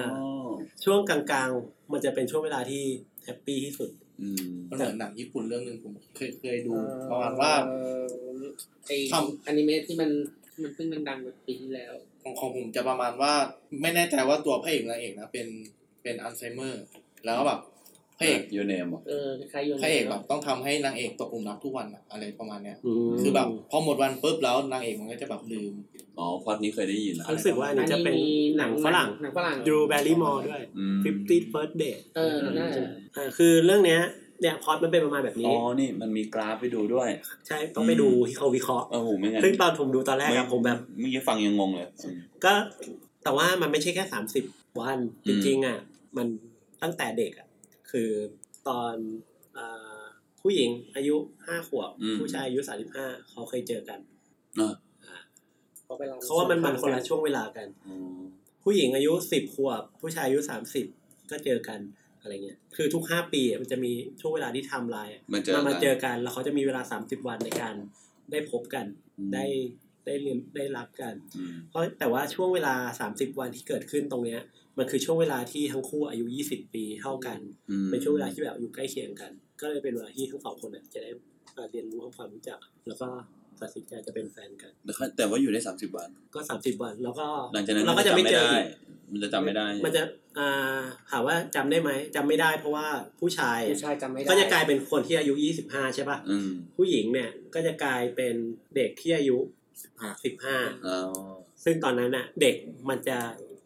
S1: ช่วงกลางๆ มันจะเป็นช่วงเวลาที่แฮปปี้ที่สุด
S2: อืม
S3: มันเหมือนหนังญี่ปุ่นเรื่องหนึ่งผมเคยเคยดูประมาณว่า
S4: เอ่อไอ
S3: ครับ
S4: อนิเมะที่มันมันเพิ่งดังๆแบบปีที่แล้ว
S3: ของของผมจะประมาณว่าไม่แน่ใจว่าตัวพระเอกนางเอกนะเป็นเป็นอัลไซเมอร์ แล้วก็แบบพระเอก
S2: ยูเนมอ่ะ
S4: เออคล้ายๆโยน
S3: พระเอกแบบต้องทำให้นางเอกตกหลุมรักทุกวันอะอะไรประมาณเนี้ย
S1: ม
S3: คือแบบพอหมดวันปุ๊บแล้วนางเอกมันก็จะแบบลืม
S2: อ๋อพอดนี้เคยได้ยินนะ
S1: รู้สึกว่าอัน
S4: อั
S1: นี้
S4: น
S1: จะ
S4: นี้
S1: เป็น
S4: มี
S1: หนังฝรั่ง
S4: หนังฝรั่ง
S1: ดูแบรี่มอร์ด้วย
S2: อืม
S1: 50 First Date
S4: เออน่าจะ
S1: อ่าคือเรื่องเนี้ยเนี่ยพล็อดมันเป็นประมาณแบบ
S2: อ๋
S1: นี้
S2: อนี่มันมีกราฟให้ดูด้วย
S1: ใช่ต้องไปดูที่เขาวิเคราะห์
S2: โอ้โหไม่งั้น
S1: ซึ่งตอนผมดูตอนแรกอะผมแบบ
S2: เมื่อกี้ฟังยังงงเลย
S1: ก็แต่ว่ามันไม่ใช่แค่ 30 วันจ
S2: อืม
S1: ริงๆอ่ะมันตั้งแต่เด็กอ่ะคือตอนเอ่อผู้หญิงอายุห้าขวบ ผู้ชายอายุสามสิบห้าเขาเคยเจอกัน
S4: เขาไปลอง
S1: เขาว่ามันมันคนละช่วงเวลากัน
S2: อืม
S1: ผู้หญิงอายุสิบขวบ ผู้ชายอายุสามสิบก็เจอกันอะไรเงี้ยคือทุกห้าปีอ่ะมันจะมีช่วงเวลาที่ไทำลาย
S2: มาเจอ
S1: มันมาเจอ
S2: กัน
S1: กันแล้วเขาจะมีเวลาสามสิบวันในการได้พบกันได้ได้เรียนได้รักกัน
S2: อืม
S1: เพราะแต่ว่าช่วงเวลาสามสิบวันที่เกิดขึ้นตรงเนี้ยมันคือช่วงเวลาที่ทั้งคู่อายุยี่สิบปีเท่ากัน
S2: อืม
S1: เป็นช่วงเวลาที่แบบอยู่ใกล้เคียงกัน ก็เลยเป็นเวลาที่ทั้งสองคนน่ะจะได้เอ่อเรียนรู้ทำความรู้จัก แล้วก็ ตัดสินใจจะเป็นแฟนกัน
S2: แล้วก็แต่ว่าอยู่ได้สามสิบวัน
S1: ก็สามสิบวันแล้วก็
S2: หลังจากนั้น
S1: เราก็จะไม่เจอ
S2: ได้
S1: อีก
S2: มันจะจำไม่ได้
S1: มันจะอ่าถามว่าจำได้ไหมจำไม่ได้เพราะว่าผู้ชาย
S4: ผู้ชายจำไม่ได้
S1: ก็จะกลายเป็นคนที่อายุยี่สิบห้าใช่ป่ะ
S2: อืม
S1: ผู้หญิงเนี่ยก็จะกลายเป็นเด็กที่อายุ
S5: อ่ะ
S1: สิบห้า
S2: อ๋อ
S1: ซึ่งตอนนั้นน่ะเด็กมันจะ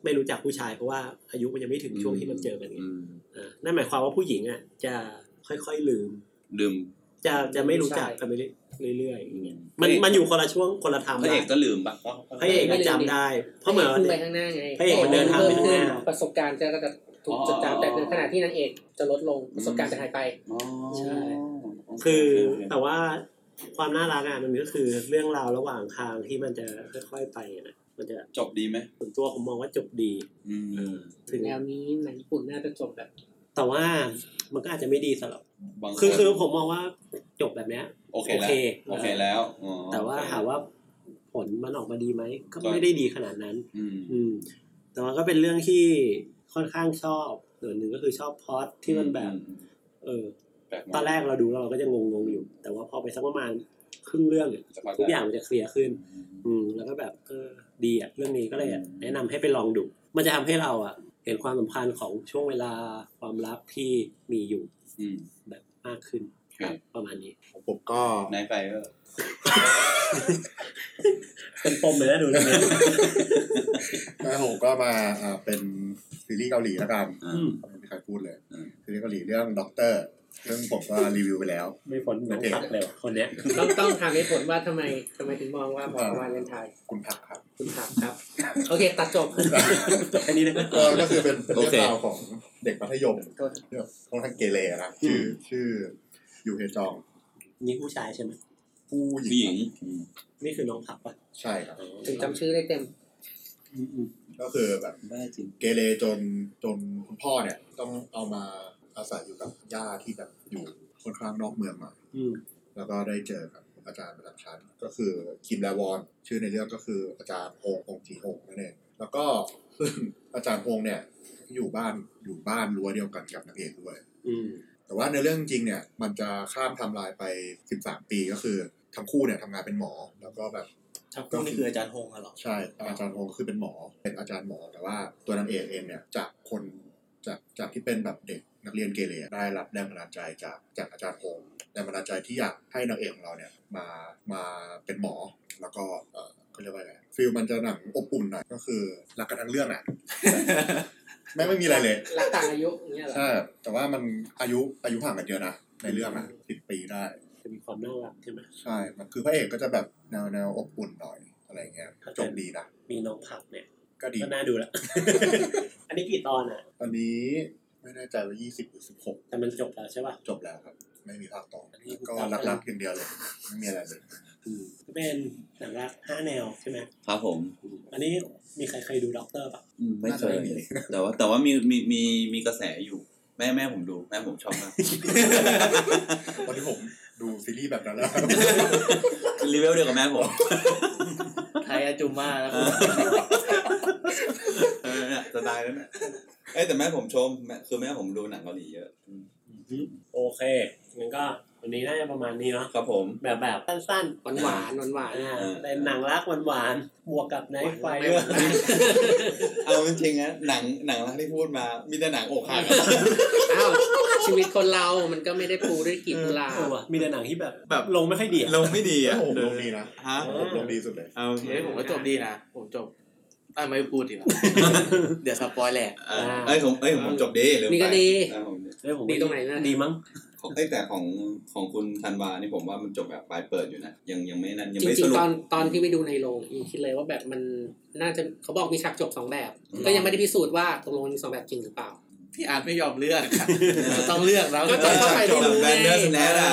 S1: ไม่รู้จักผู้ชายเพราะว่าอายุมันยังไม่ถึงช่วงที่มันเจอกันไง
S2: อืม
S1: อ่านั่นหมายความว่าผู้หญิงอ่ะจะค่อยๆลืม
S2: ดื่ม
S1: จะจะไม่รู้จักกันไปเรื่อยๆอย่างเงี้ย
S2: พ
S1: มัน
S2: ระเอก
S1: มันอยู่คนละช่วงคนละไทม์
S2: พระเอกก็
S1: ไลน์
S2: ลืมปะ
S1: พระเอกอะจำได้ เพราะเหมือนว่า
S4: ขึ้นไป
S1: เด็ก
S4: ข้างหน้าไง
S1: พระเอกมันเดินทางไปข้างหน้า
S4: ประสบการณ์จะจะถูกจดจำแต่ในขณะที่นางเอกจะลดลงประสบการณ์จะหายไป
S2: อ๋อ
S4: ใช่
S1: คือแต่ว่าความน่ารักอ่ะมันก็คือเรื่องราวระหว่างทางที่มันจะค่อยๆไปนะมันจะ
S2: จบดีไหม
S1: ส่วนตัวผมมองว่าจบดี
S2: อืม
S1: ถึง
S4: แนวนี้หนังญี่ปุ่นน่าจะจบแบบ
S1: แต่ว่ามันก็อาจจะไม่ดีสำหรับบ
S2: าง
S1: คือ
S2: คน
S1: คือผมมองว่าจบแบบเนี้ย
S2: โอเค
S1: โอ
S2: แล้ว
S1: เค
S2: โอเคแล้วอ๋อ
S1: แต่ว่า
S2: โอเค
S1: ถามว่าผลมันออกมาดีไหมก็
S2: ก็
S1: ไม่ได้ดีขนาดนั้น
S2: อืม
S1: อืม แต่มันก็เป็นเรื่องที่ค่อนข้างชอบส่วนหนึ่งก็คือชอบพล็อตที่มันแบบ เออ
S2: แปลกใหม่
S1: ตอนแรกเราดูแล้วเราก็จะงงๆอยู่ แต่ว่าพอไปสักประมาณครึ่งเรื่องเนี่ย
S2: สัพั
S1: ทุกอย่างมันจะเคลียร์ขึ้น
S2: อืม
S1: อืมแล้วก็แบบเออดีอ่ะเรื่องนี้ก็เลยอะแนะนำให้ไปลองดู มันจะทำให้เราอ่ะ เห็นความสำคัญของช่วงเวลาความรักที่มีอยู่
S2: อืม
S1: แบบมากขึ้น
S2: ครับ
S1: ประมาณนี้
S5: ของผมก็
S2: นายไฟก็
S1: เป็นปมเลยนะดูเรื่องนี้
S5: แล้วผมก็มาอ่าเป็นซีรีส์เกาหลีแล้วกัน
S2: อ่า
S1: อืม
S5: ไม่มีใครพูดเลย
S2: อืม
S5: ซีรีส์เกาหลีเรื่องด็อกเตอร์ซึ่งผมก็รีวิวไปแล้ว
S1: ไม่พ้นหน้องสักเลยว่ะคนเนี้ย
S4: ต้องต้องถามเหตุผลว่าทำไมทำไมถึงมองว่าบอกว่าเลนไทย
S5: คุณผักครับ
S4: คุณถามครับ โอเค ตัดจบ
S1: แค่นี้นะ
S5: เออก็คือเป็นเป็น
S2: โอ
S5: เรื่อง
S2: เค
S5: ราวของเด็กมัธยม
S4: โทษ
S5: ที่แบบค่อนข้างเกเรนะชื่อชื่อยูเฮจอง
S1: นี่ผู้ชายใช่ไหม
S5: ผู้
S2: ผู้
S5: ห
S2: ห
S5: ญิ
S2: ญิ
S5: ง
S2: ง
S1: นี่คือน้องผักป่ะ
S5: ใช่ครับ
S4: ถึงจำชื่อได้เต็ม
S1: อืมอืม
S5: ก็คือแบบ
S2: บ้าจริง
S5: เกเรจนจนคุณพ่อเนี่ย ต้องเอามาอาศัยอยู่กับย่าที่แบบอยู่ค่อนข้างนอกเมืองมา
S1: อืม
S5: แล้วก็ได้เจอกับอาจารย์ประจำชั้นก็คือคิมแลวอน ชื่อในเรื่องก็คืออาจารย์โฮงองจีโฮงนั่นเองแล้วก็ อาจารย์โฮงเนี่ยอยู่บ้านอยู่บ้านรั้วเดียวกันกับนางเอกด้วย
S1: อืม
S5: แต่ว่าในเรื่องจริงเนี่ยมันจะข้ามไทำลายไป 13 ปีก็คือทั้งคู่เนี่ยทำงานเป็นหมอ แล้วก็แบบ
S3: ชักพวกนี่คืออาจารย์โฮงอะเหรอ
S5: ใช่ อาจารย์โฮงคือเป็นหมอ เป็นอาจารย์หมอ แต่ว่าตัวนางเอกเองเนี่ยจากคนจากจากที่เป็นแบบเด็กนักเรียนเกเรได้รับแรงบันดาลใจจากจากอาจารย์โฮงแรงบันดาลใจที่อยากให้นางเอกของเราเนี่ยมามาเป็นหมอ แล้วก็เออเขาเรียกว่าอะไรฟิลมันจะหนังอบอุ่นหน่อยก็คือรักกันทั้งเรื่องอ่ะ แม่งไม่มีอะไรเลย
S4: หลักต่างอายุอย่างเงี้ยเหรอ
S5: ใช่ แต่ว่ามันอายุอายุห่างกันเยอะนะในเรื่องนะสิบปีได้
S1: จะมีความน่ารักใช่ไหม
S5: ใช่ มันคือพระเอกก็จะแบบแนวแนวอบอุ่นหน่อยอะไรเงี้ยจบดีนะ
S1: มีน้องผักเนี่ย
S5: ก็ดี
S1: ก็น่าดูละ อันนี้กี่ตอนอ่ะ
S5: อันนี้ไม่แน่ใจว่ายี่สิบหรือสิบหก
S1: แต่มันจบแล้วใช่ป่ะ
S5: จบแล้วครับ ไม่มีภาคต่ออน
S1: นี้
S5: ก็รักๆเพียงเดียวเลย ไม่มีอะไร เลย
S1: อืมก็เป็นหนังรักห้าแนวใช่ไหม
S2: ครับผม
S1: อันนี้มีใครเคยดูด็อกเตอร์ป่ะ
S2: อืมไม่เค
S5: น่าจะ
S2: ย
S5: ไม่มี
S2: แต่ว่าแต่ว่ามีมีมีมีกระแสอยู่ แม่แม่ผมดูแม่ผมชอบ มาก
S5: วันนี้ผมดูซีรีส์แบบ นั้นแล้ว
S2: รีเวลเดียวกับแม่ผม
S3: ไทยอาจุมาแล้ว
S2: เออเออเนี่ยสไตล์นั้นน่ะเอ้ยแต่แม่ผมชมแม่คือแม่ผมดูหนังเกาหลีเยอะอืม
S1: โอเค งั้นก็วันนี้น่าจะประมาณนี้เนาะ
S2: ครับผม
S1: แบบแบบสั้น
S4: หวานหวานหวานห
S1: ๆ
S4: วาน
S1: อ่า
S2: เออ
S1: เป็นหนังรักหวานๆ บวกกับไนท์ไฟเออร์
S2: เอาจริงๆนะหนังหนังที่พูดมา มีแต่หนังอกหักอะ
S4: อ้าวชีวิตคนเรา มันก็ไม่ได้ปูด้วยกลีบกุหลา
S1: เออบ ว่ะมีแต่หนังที่แบบ
S2: แบบ
S1: ลงไม่ค่อยดีอะ
S2: ลงไม่ดีอ่ะ
S5: ผมลงดีนะ
S2: ฮะ
S5: ผมลงดีสุดเลย
S2: เอา
S3: เฮ้ยผมก็จบดีนะ ผมจบอ่ะไม่พูดดีกว่า เดี๋ยวสปอยแหละ
S2: เออเอ้ยผมเอ้ยผมจบดีลืมไป
S4: นี่ก็ดี
S2: เออผม
S1: เอ้ยผม
S4: ดีตรงไหนนะ
S1: ดีมั้ง
S2: ของเอ้ยแต่ของของคุณธันวานี่ผมว่ามันจบแบบปลายเปิดอยู่นะ ยังยังไม่นั่นยัง
S4: จ
S2: ไม่
S4: ริ
S2: ส
S4: งๆ
S2: รุป
S4: ตอนตอนที่ไปดูในโรงยังคิดเลยว่าแบบมันน่าจะเขาบอกมีฉากจบสองแบบ
S2: อืม
S4: ก็ยังไม่ได้พิสูจน์ว่าตกลงมันมีสองแบบจริงหรือเปล่า
S3: พี่อาจไม่ยอมเลือกอะต้องเลือกแล้ว
S4: ก็จบ
S3: เข้าไป
S2: จ
S3: ที่
S2: บแบบ
S3: รู้
S2: แบ
S3: ไง
S2: นเดอร์สแนทอะ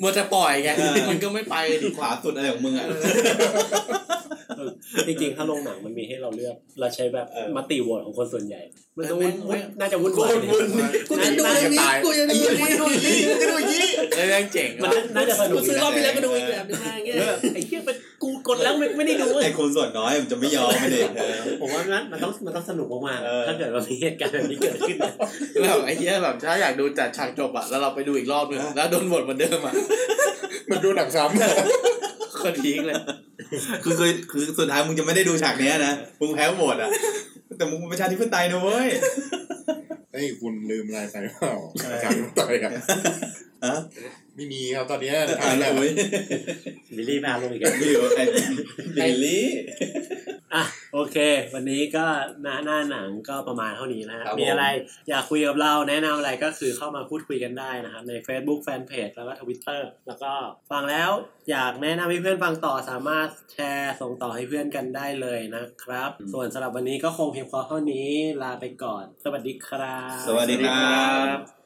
S3: มัวจะปล่อยไง
S2: เออ
S3: มันก็ไม่ไปดิ
S2: ขวาสุดอะไรของมึงอ่ะ
S1: จริงๆ ถ้าลงหนังมันมีให้เราเลือก เราใช้แบบ
S2: เออ
S1: มัตติโหวตของคนส่วนใหญ่ มันจะวุ่นวุ่นน่าจะวุ่นวาย
S4: กูจะดูเรื่องนี้
S5: ตาย
S4: กูจะดูเรื่องนี้
S3: เอ้ยแม่งเจ๋ง
S1: มัน
S3: ว่ะ
S1: น่าจะสนุ
S4: กู
S1: ก
S4: ซื้อร
S1: นะ
S4: อบที่แล้วก็ดูอีกแบบนึงมาอย่างเงี้ย
S1: แล้วแบบไอ้เหี้ยมันกูกดแล้วไม่ไม่ได้ดูเว้ย
S2: ไอคนส่วนน้อยมันจะไม่ยอมไม่เด็ก
S1: ผมว่ามันมันต้องมันต้องสนุกมากๆ
S2: เอ
S1: อะ
S2: อ
S1: ถ้าเกิดว่ามีเหตุการณ์แบบนี้เกิดขึ้นนะ
S3: แบบไอ้เหี้ยแบบถ้าอยากดูจัดฉากจบอะแล้วเราไปดูอีกรอบนึงแล้วโดนบทเหมือนเดิมอะ
S5: มันดูหนังซ้ำ
S3: คนทิ้งเลย
S2: คือคือคือสุดท้ายมึงจะไม่ได้ดูฉากเนี้ยนะมึงแพ้โหวตอ่ะ แต่มึงเป็นประชาธิปไตยนะเว้ย
S5: เอ้ยคุณลืมอะไรไปเปล่าอาจารย์ต้องต่อยกัน
S2: อะ
S5: ไม่มีครับตอนเนี้ย
S2: อ่าน
S5: แล้
S2: แล้ววเว้ย
S1: บิลลี่พาลงอีกแล้ว
S2: บิลไอ้บิลลี่
S1: อ่ะโอเค วันนี้ก็หน้าหน้าหนังก็ประมาณเท่านี้นะฮะ
S2: ครับผม
S1: มีอะไรอยากคุยกับเราแนะนำอะไรก็คือเข้ามาพูดคุยกันได้นะครับใน Facebook Fanpage แล้วก็ Twitter แล้วก็ฟังแล้วอยากแนะนำให้เพื่อนฟังต่อสามารถแชร์ส่งต่อให้เพื่อนกันได้เลยนะครับ ส่วนสำหรับวันนี้ก็คงเพียงพอเท่านี้ลาไปก่อน สวัสดีครับ
S2: สวัสดีครับ